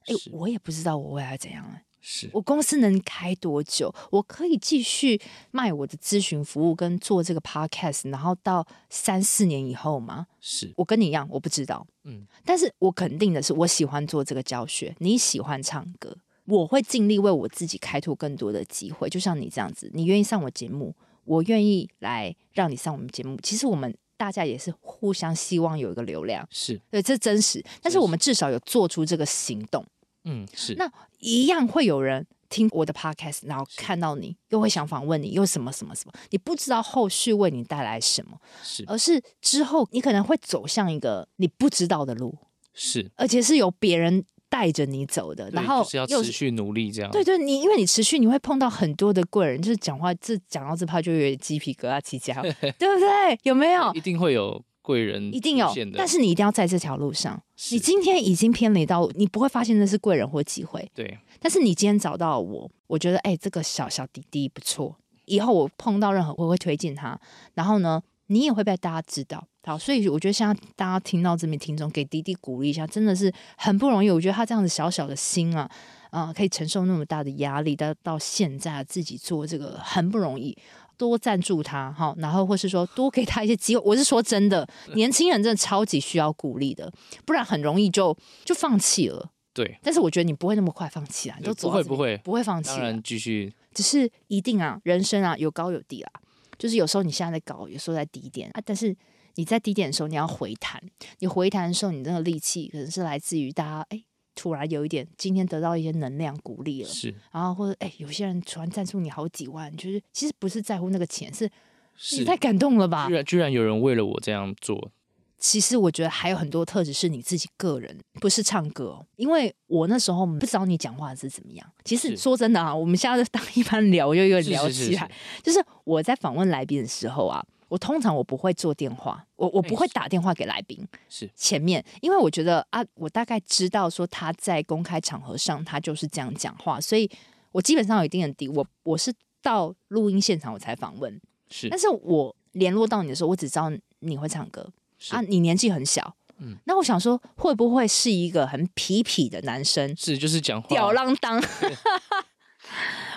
[SPEAKER 3] 哎
[SPEAKER 1] 是，
[SPEAKER 3] 我也不知道我未来怎样啊、
[SPEAKER 1] 是
[SPEAKER 3] 我公司能开多久？我可以继续卖我的咨询服务跟做这个 podcast，然后到三四年以后吗？
[SPEAKER 1] 是，
[SPEAKER 3] 我跟你一样，我不知道。
[SPEAKER 1] 嗯，
[SPEAKER 3] 但是我肯定的是，我喜欢做这个教学，你喜欢唱歌，我会尽力为我自己开拓更多的机会。就像你这样子，你愿意上我节目，我愿意来让你上我们节目。其实我们大家也是互相希望有一个流量，
[SPEAKER 1] 是，
[SPEAKER 3] 对，这真实。但是
[SPEAKER 1] 真
[SPEAKER 3] 我们至少有做出这个行动。
[SPEAKER 1] 嗯，是，
[SPEAKER 3] 那一样会有人听我的 podcast，然后看到你，又会想访问你，又什么什么什么，你不知道后续为你带来什么，
[SPEAKER 1] 是，
[SPEAKER 3] 而是之后你可能会走向一个你不知道的路，
[SPEAKER 1] 是，
[SPEAKER 3] 而且是由别人带着你走的，然
[SPEAKER 1] 对
[SPEAKER 3] 后
[SPEAKER 1] 就是要
[SPEAKER 3] 又
[SPEAKER 1] 持续啊努力这样。
[SPEAKER 3] 对对，你因为你持续你会碰到很多的贵人，就是讲话这讲到这怕就有点鸡皮疙瘩
[SPEAKER 1] [LAUGHS]
[SPEAKER 3] 起家，对不对？有没有
[SPEAKER 1] 一？定会有贵人
[SPEAKER 3] 一定有
[SPEAKER 1] 出现，的，
[SPEAKER 3] 但是你一定要在这条路上。你
[SPEAKER 1] 是
[SPEAKER 3] 今天已经偏离到，你不会发现那是贵人或机会，
[SPEAKER 1] 对
[SPEAKER 3] 但是你今天找到我，我觉得哎、这个小小弟弟不错，以后我碰到任何我会推荐他，然后呢，你也会被大家知道。好，所以我觉得现在大家听到这边听众给弟弟鼓励一下，真的是很不容易。我觉得他这样子小小的心啊，啊、可以承受那么大的压力，到到现在自己做这个很不容易。多赞助他，好，然后或是说多给他一些机会。我是说真的，年轻人真的超级需要鼓励的，不然很容易就就放弃了。
[SPEAKER 1] 对，
[SPEAKER 3] 但是我觉得你不会那么快放弃啦，你
[SPEAKER 1] 对
[SPEAKER 3] 都走
[SPEAKER 1] 不
[SPEAKER 3] 到
[SPEAKER 1] 会
[SPEAKER 3] 这
[SPEAKER 1] 不
[SPEAKER 3] 边
[SPEAKER 1] 会
[SPEAKER 3] 不会放弃
[SPEAKER 1] 当
[SPEAKER 3] 啦，
[SPEAKER 1] 然继续
[SPEAKER 3] 只是一定啊，人生啊有高有低啦，就是有时候你现在在高，有时候在低点啊，但是你在低点的时候你要回弹，你回弹的时候你那个力气可能是来自于大家哎。突然有一点，今天得到一些能量鼓励了，
[SPEAKER 1] 是
[SPEAKER 3] 然后或者哎、有些人突然赞助你好几万，就是其实不是在乎那个钱，是
[SPEAKER 1] 是，
[SPEAKER 3] 你太感动了吧
[SPEAKER 1] 居？然居然有人为了我这样做，
[SPEAKER 3] 其实我觉得还有很多特质是你自己个人，不是唱歌哦、因为我那时候不知道你讲话是怎么样。其实
[SPEAKER 1] 是
[SPEAKER 3] 说真的啊，我们现在当一般聊又又
[SPEAKER 1] 是
[SPEAKER 3] 聊
[SPEAKER 1] 是是
[SPEAKER 3] 起来，就是我在访问来宾的时候啊，我通常我不会做电话，我我不会
[SPEAKER 1] 哎是
[SPEAKER 3] 打电话给来宾
[SPEAKER 1] 是
[SPEAKER 3] 前面，因为我觉得啊，我大概知道说他在公开场合上他就是这样讲话，所以我基本上有一定的底，我我是到录音现场我才访问，
[SPEAKER 1] 是
[SPEAKER 3] 但是我联络到你的时候，我只知道你会唱歌
[SPEAKER 1] 是
[SPEAKER 3] 啊，你年纪很小，
[SPEAKER 1] 嗯
[SPEAKER 3] 那我想说会不会是一个很痞痞的男
[SPEAKER 1] [LAUGHS]
[SPEAKER 3] 生，
[SPEAKER 1] 是就是讲话
[SPEAKER 3] 吊郎
[SPEAKER 1] [LAUGHS]
[SPEAKER 3] 当。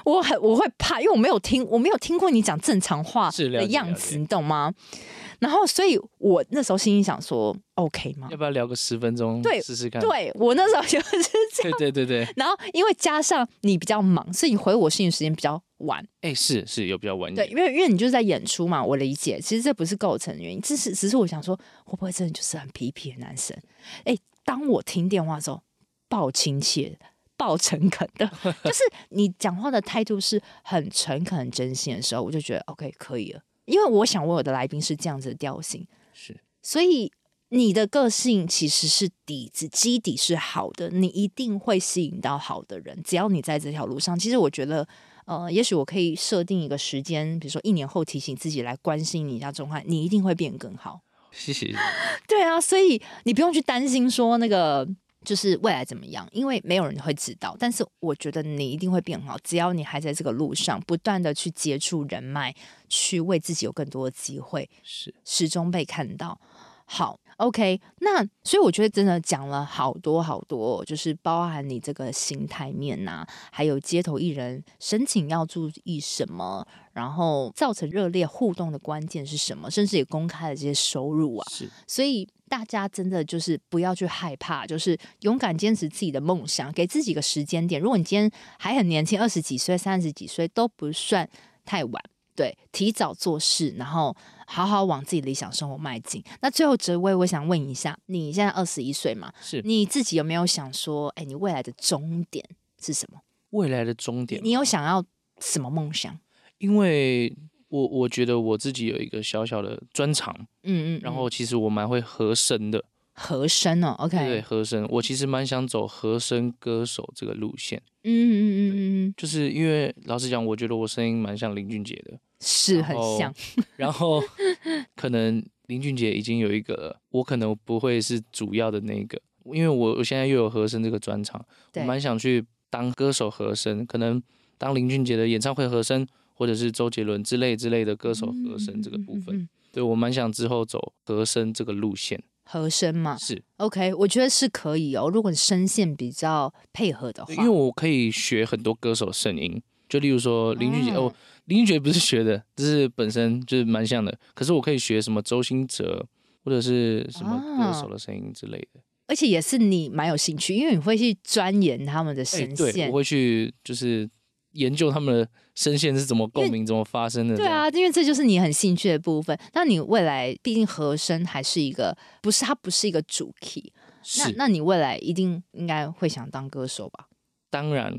[SPEAKER 3] 我很我会怕，因为我没有听，我没有听过你讲正常话
[SPEAKER 1] 是了
[SPEAKER 3] 的
[SPEAKER 1] 解
[SPEAKER 3] 样
[SPEAKER 1] 了
[SPEAKER 3] 子，
[SPEAKER 1] 解
[SPEAKER 3] 你懂吗？然后，所以我那时候心里想说，OK 吗
[SPEAKER 1] 要？不要聊个十分钟？
[SPEAKER 3] 对
[SPEAKER 1] 试试看。
[SPEAKER 3] 对我那时候就是这样。
[SPEAKER 1] 对对对对，
[SPEAKER 3] 然后，因为加上你比较忙，所以你回我信息时间比较晚。
[SPEAKER 1] 哎、是是有比较晚一
[SPEAKER 3] 对，
[SPEAKER 1] 点。
[SPEAKER 3] 因为因为你就是在演出嘛，我理解。其实这不是构成原因，只是只是我想说，会不会真的就是很皮皮的男生？哎，当我听电话的时候，爆亲切、爆诚恳的，就是你讲话的态度是很诚恳、很真心的时候，我就觉得 OK 可以了。因为我想我有的来宾是这样子的调性，
[SPEAKER 1] 是
[SPEAKER 3] 所以你的个性其实是底子，基底是好的，你一定会吸引到好的人。只要你在这条路上，其实我觉得，呃，也许我可以设定一个时间，比如说一年后提醒自己来关心你一下钟汉，你一定会变更好。
[SPEAKER 1] 谢谢。
[SPEAKER 3] 对啊，所以你不用去担心说那个。就是未来怎么样，因为没有人会知道。但是我觉得你一定会变好，只要你还在这个路上，不断的去接触人脉，去为自己有更多的机会，
[SPEAKER 1] 是
[SPEAKER 3] 始终被看到。好，OK，那所以我觉得真的讲了好多好多哦，就是包含你这个心态面呐、还有街头艺人申请要注意什么，然后造成热烈互动的关键是什么，甚至也公开了这些收入啊。
[SPEAKER 1] 是
[SPEAKER 3] 所以大家真的就是不要去害怕，就是勇敢坚持自己的梦想，给自己一个时间点。如果你今天还很年轻，二十几岁、三十几岁都不算太晚。对，提早做事，然后好好往自己理想生活迈进。那最后，哲威，我想问一下，你现在二十一岁嘛？
[SPEAKER 1] 是
[SPEAKER 3] 你自己有没有想说，哎，你未来的终点是什么？
[SPEAKER 1] 未来的终点
[SPEAKER 3] 你有想要什么梦想？
[SPEAKER 1] 因为我我觉得我自己有一个小小的专长，
[SPEAKER 3] 嗯嗯嗯，
[SPEAKER 1] 然后其实我蛮会和声的，
[SPEAKER 3] 和声哦，OK，
[SPEAKER 1] 对和声，我其实蛮想走和声歌手这个路线，
[SPEAKER 3] 嗯嗯嗯嗯嗯，
[SPEAKER 1] 就是因为老实讲，我觉得我声音蛮像林俊杰的，
[SPEAKER 3] 是很
[SPEAKER 1] 然后
[SPEAKER 3] 像，
[SPEAKER 1] 然
[SPEAKER 3] [LAUGHS]
[SPEAKER 1] 后可能林俊杰已经有一个了，我可能不会是主要的那个，因为我我现在又有和声这个专场，我
[SPEAKER 3] 对
[SPEAKER 1] 蛮想去当歌手和声，可能当林俊杰的演唱会和声，或者是周杰伦之类之类的歌手和声这个部分，
[SPEAKER 3] 嗯嗯嗯嗯
[SPEAKER 1] 对我蛮想之后走和声这个路线，
[SPEAKER 3] 和声嘛，
[SPEAKER 1] 是
[SPEAKER 3] OK，我觉得是可以哦。如果你声线比较配合的话，
[SPEAKER 1] 因为我可以学很多歌手声音。就例如说林俊杰
[SPEAKER 3] 哦
[SPEAKER 1] 哦，林俊杰不是学的，就是本身就是蛮像的。可是我可以学什么周兴哲，或者是什么歌手
[SPEAKER 3] 哦
[SPEAKER 1] 的声音之类的。
[SPEAKER 3] 而且也是你蛮有兴趣，因为你会去钻研他们的
[SPEAKER 1] 哎，
[SPEAKER 3] 声
[SPEAKER 1] 对，
[SPEAKER 3] 线。
[SPEAKER 1] 我会去就是研究他们的声线是怎么共鸣、怎么发生的。
[SPEAKER 3] 对啊，因为这就是你很兴趣的部分。那你未来毕竟和声还是一个，不是它不是一个主 key。
[SPEAKER 1] 这
[SPEAKER 3] 那
[SPEAKER 1] 样，是
[SPEAKER 3] 那你未来一定应该会想当歌手吧？
[SPEAKER 1] 当然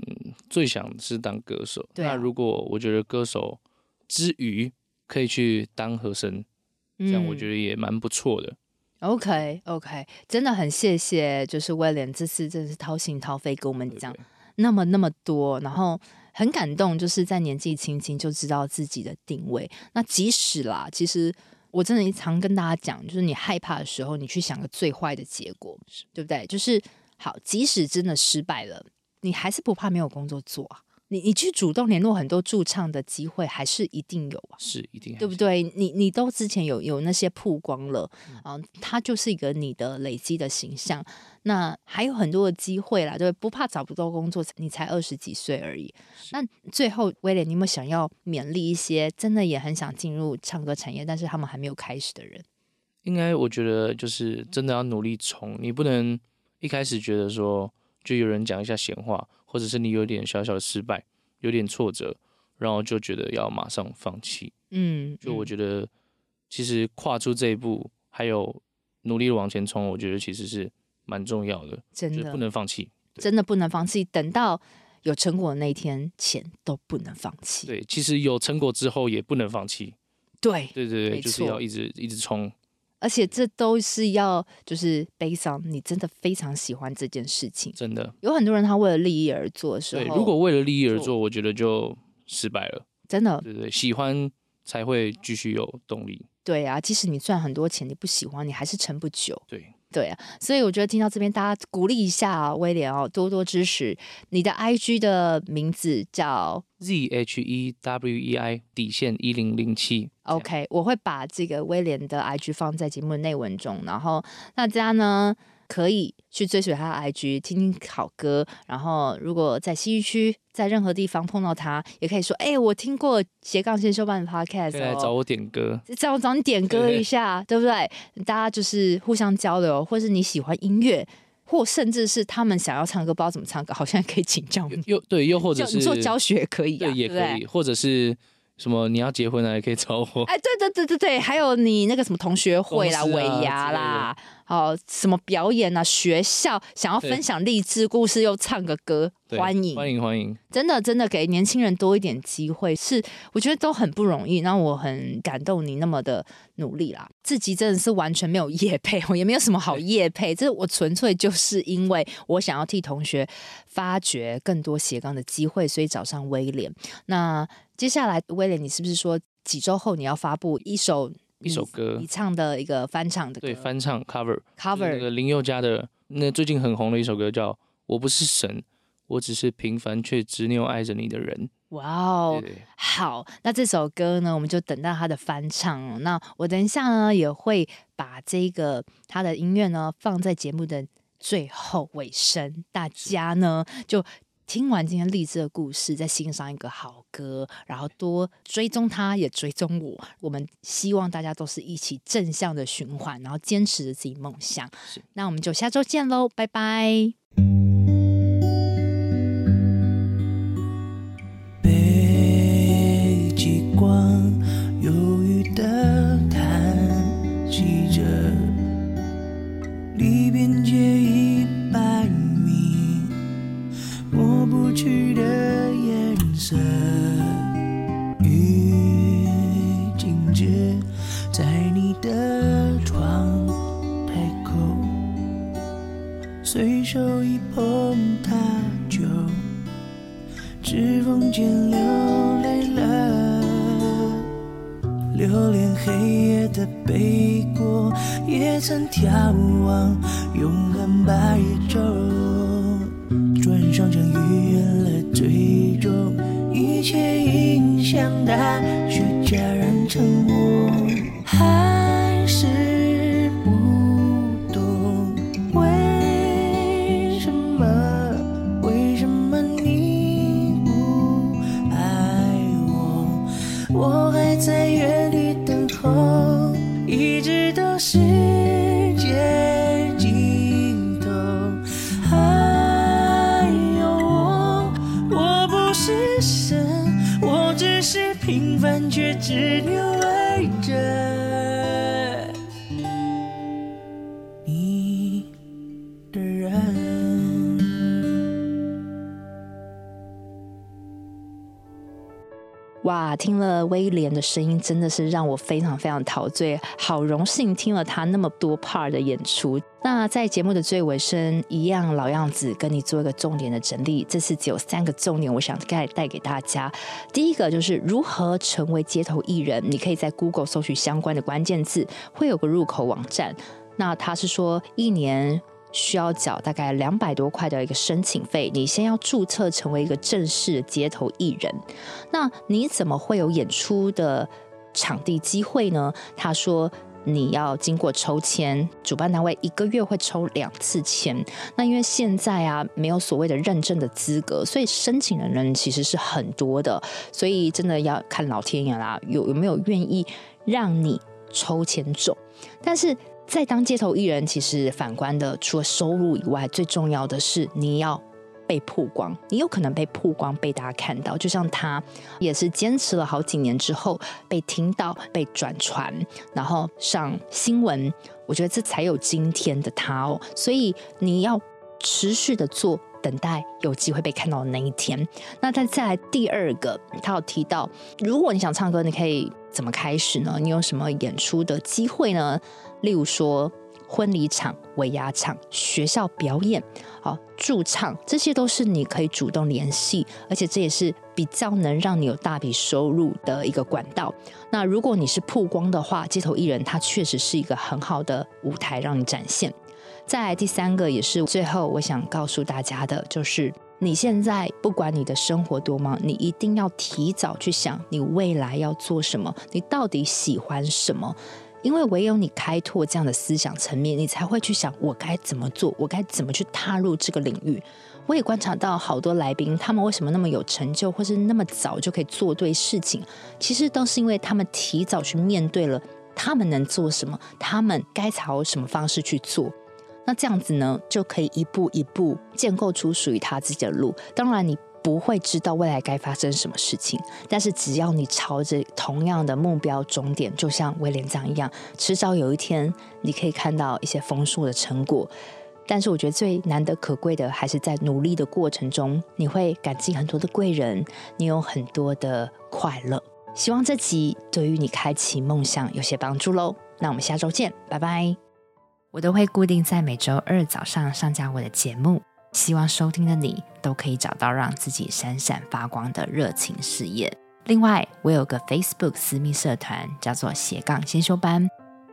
[SPEAKER 1] 最想是当歌手。
[SPEAKER 3] 对啊
[SPEAKER 1] 那如果我觉得歌手之余可以去当和声，这样我觉
[SPEAKER 3] 得。
[SPEAKER 1] 得也蛮不错的。
[SPEAKER 3] OK OK，真的很谢谢，就是威廉这次真的是掏心掏肺跟我们
[SPEAKER 1] 对
[SPEAKER 3] 讲
[SPEAKER 1] 对
[SPEAKER 3] 那么那么多，然后很感动，就是在年纪轻轻就知道自己的定位。那即使啦，其实我真的常跟大家讲，就是你害怕的时候，你去想个最坏的结果，对不对？就是好，即使真的失败了，你还是不怕没有工作做啊。你你去主动联络很多驻唱的机会，还是一定有啊。
[SPEAKER 1] 是一定还
[SPEAKER 3] 对不
[SPEAKER 1] 是？
[SPEAKER 3] 对？你你都之前有有那些曝光了，
[SPEAKER 1] 嗯
[SPEAKER 3] 啊、它就是一个你的累积的形象。那还有很多的机会啦，对，不怕找不到工作，你才二十几岁而已。那最后，威廉，你有没有想要勉励一些真的也很想进入唱歌产业，但是他们还没有开始的人？
[SPEAKER 1] 应该我觉得就是真的要努力冲，你不能一开始觉得说就有人讲一下闲话，或者是你有点小小的失败，有点挫折，然后就觉得要马上放弃。
[SPEAKER 3] 嗯，
[SPEAKER 1] 就我
[SPEAKER 3] 嗯
[SPEAKER 1] 觉得，其实跨出这一步还有努力的往前冲，我觉得其实是蛮重要的，
[SPEAKER 3] 真
[SPEAKER 1] 就是
[SPEAKER 3] 的
[SPEAKER 1] 不能放弃。
[SPEAKER 3] 真的不能放弃，等到有成果的那一天前都不能放弃。
[SPEAKER 1] 对，其实有成果之后也不能放弃。
[SPEAKER 3] 对
[SPEAKER 1] 对对
[SPEAKER 3] 没
[SPEAKER 1] 对，就是
[SPEAKER 3] 错
[SPEAKER 1] 要一直一直冲。
[SPEAKER 3] 而且这都是要就是悲伤，你真的非常喜欢这件事情。
[SPEAKER 1] 真的。
[SPEAKER 3] 有很多人他为了利益而做的时候，
[SPEAKER 1] 对，如果为了利益而
[SPEAKER 3] 做
[SPEAKER 1] 做，我觉得就失败了。
[SPEAKER 3] 真的
[SPEAKER 1] 对对，喜欢才会继续有动力。
[SPEAKER 3] 对啊，即使你赚很多钱，你不喜欢，你还是撑不久。
[SPEAKER 1] 对，
[SPEAKER 3] 对啊，所以我觉得听到这边，大家鼓励一下、啊、威廉哦，多多支持。你的 IG 的名字叫
[SPEAKER 1] Z H E W E I 底线一零零七。
[SPEAKER 3] OK，我会把这个威廉的 IG 放在节目的内文中，然后大家呢可以去追随他的 IG，听听好歌。然后如果在西域区，在任何地方碰到他，也可以说：“哎、我听过斜杠先修班的 Podcast，、
[SPEAKER 1] 可以
[SPEAKER 3] 哦、
[SPEAKER 1] 来找我点歌。
[SPEAKER 3] 找找你点歌一下，对不对？大家就是互相交流，或是你喜欢音乐，或甚至是他们想要唱歌不知道怎么唱歌，好像可以请教你，
[SPEAKER 1] 又对，又或
[SPEAKER 3] [LAUGHS]
[SPEAKER 1] 者
[SPEAKER 3] 教
[SPEAKER 1] 是
[SPEAKER 3] 你做教学也可以、啊，
[SPEAKER 1] 对也
[SPEAKER 3] 不
[SPEAKER 1] 可
[SPEAKER 3] 对
[SPEAKER 1] 以，或者是什么你要结婚了也可以找我。
[SPEAKER 3] 哎，对对对对对，还有你那个什么同学会啦、
[SPEAKER 1] 公司啊
[SPEAKER 3] 尾牙啦，哦，什么表演啊，学校想要
[SPEAKER 1] 对
[SPEAKER 3] 分享励志故事又唱个歌，
[SPEAKER 1] 对
[SPEAKER 3] 欢迎，
[SPEAKER 1] 欢迎欢迎，
[SPEAKER 3] 真的真的给年轻人多一点机会，是我觉得都很不容易。那我很感动你那么的努力啦，自己真的是完全没有业配，我也没有什么好业配，这我纯粹就是因为我想要替同学发掘更多斜杠的机会，所以找上威廉。那接下来威廉，你是不是说几周后你要发布一首嗯
[SPEAKER 1] 一首歌
[SPEAKER 3] 你你唱的一个翻唱的歌
[SPEAKER 1] 对翻唱 cover 就是那
[SPEAKER 3] cover？
[SPEAKER 1] 个林宥嘉的那最近很红的一首歌叫《我不是神》。我只是平凡却执拗爱着你的人。
[SPEAKER 3] 哇哦
[SPEAKER 1] 对，对
[SPEAKER 3] 好，那这首歌呢，我们就等到它的翻唱哦。那我等一下呢，也会把这个它的音乐呢放在节目的最后尾声，大家呢就。听完今天励志的故事，再欣赏一个好歌，然后多追踪他，也追踪我。我们希望大家都是一起正向的循环，然后坚持着自己梦想
[SPEAKER 1] 是。
[SPEAKER 3] 那我们就下周见喽，拜拜。
[SPEAKER 4] 被极光忧郁的叹息着，离边界一百米，抹不去的颜色，雨静止在你的窗台口，随手一碰它就。指缝间流泪了。留恋黑夜的背过，也曾眺望永恒白昼。转上将预言了最终，一切影响它，却戛然成我，还是不懂为什么。为什么你不爱我？我还在原地等候，一直到世界尽头。还有我，我不是神，我只是平凡却执拗爱着你的人。
[SPEAKER 3] 哇，听了威廉的声音，真的是让我非常非常陶醉，好荣幸听了他那么多 part 的演出。那在节目的最尾声，一样老样子，跟你做一个重点的整理。这次只有三个重点，我想带带给大家。第一个就是如何成为街头艺人，你可以在 Google 搜取相关的关键字，会有个入口网站。那他是说一年。需要缴大概两百多块的一个申请费，你先要注册成为一个正式的街头艺人，那你怎么会有演出的场地机会呢？他说。你要经过抽签，主办单位一个月会抽两次签。那因为现在啊，没有所谓的认证的资格，所以申请的人其实是很多的。所以真的要看老天爷啦，有有没有愿意让你抽签中。但是在当街头艺人，其实反观的，除了收入以外，最重要的是你要被曝光，你有可能被曝光，被大家看到。就像他也是坚持了好几年之后被听到、被转传，然后上新闻。我觉得这才有今天的他哦。所以你要持续的做，等待有机会被看到的那一天。那再再来第二个，他有提到，如果你想唱歌，你可以怎么开始呢？你有什么演出的机会呢？例如说婚礼场、尾牙场、学校表演、好、驻唱，这些都是你可以主动联系，而且这也是比较能让你有大笔收入的一个管道。那如果你是曝光的话，街头艺人他确实是一个很好的舞台让你展现。再来第三个，也是最后我想告诉大家的，就是你现在不管你的生活多忙，你一定要提早去想你未来要做什么，你到底喜欢什么。因为唯有你开拓这样的思想层面，你才会去想我该怎么做，我该怎么去踏入这个领域。我也观察到好多来宾，他们为什么那么有成就，或是那么早就可以做对事情，其实都是因为他们提早去面对了他们能做什么，他们该朝什么方式去做。那这样子呢，就可以一步一步建构出属于他自己的路。当然，你不会知道未来该发生什么事情，但是只要你朝着同样的目标终点，就像威廉这样一样，迟早有一天你可以看到一些丰硕的成果。但是我觉得最难得可贵的，还是在努力的过程中，你会感激很多的贵人，你有很多的快乐。希望这集对于你开启梦想有些帮助喽。那我们下周见，拜拜。
[SPEAKER 5] 我都会固定在每周二早上上架我的节目，希望收听的你都可以找到让自己闪闪发光的热情事业。另外，我有个 Facebook 私密社团，叫做斜杠先修班，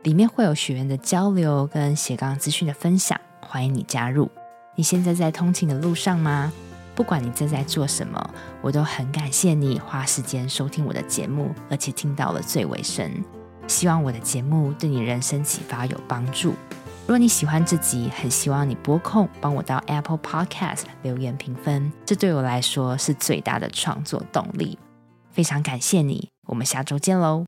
[SPEAKER 5] 里面会有学员的交流跟斜杠资讯的分享，欢迎你加入。你现在在通勤的路上吗？不管你正在做什么，我都很感谢你花时间收听我的节目，而且听到了最尾声。希望我的节目对你人生启发有帮助。如果你喜欢这集，很希望你拨空帮我到 Apple Podcast 留言评分，这对我来说是最大的创作动力。非常感谢你，我们下周见喽！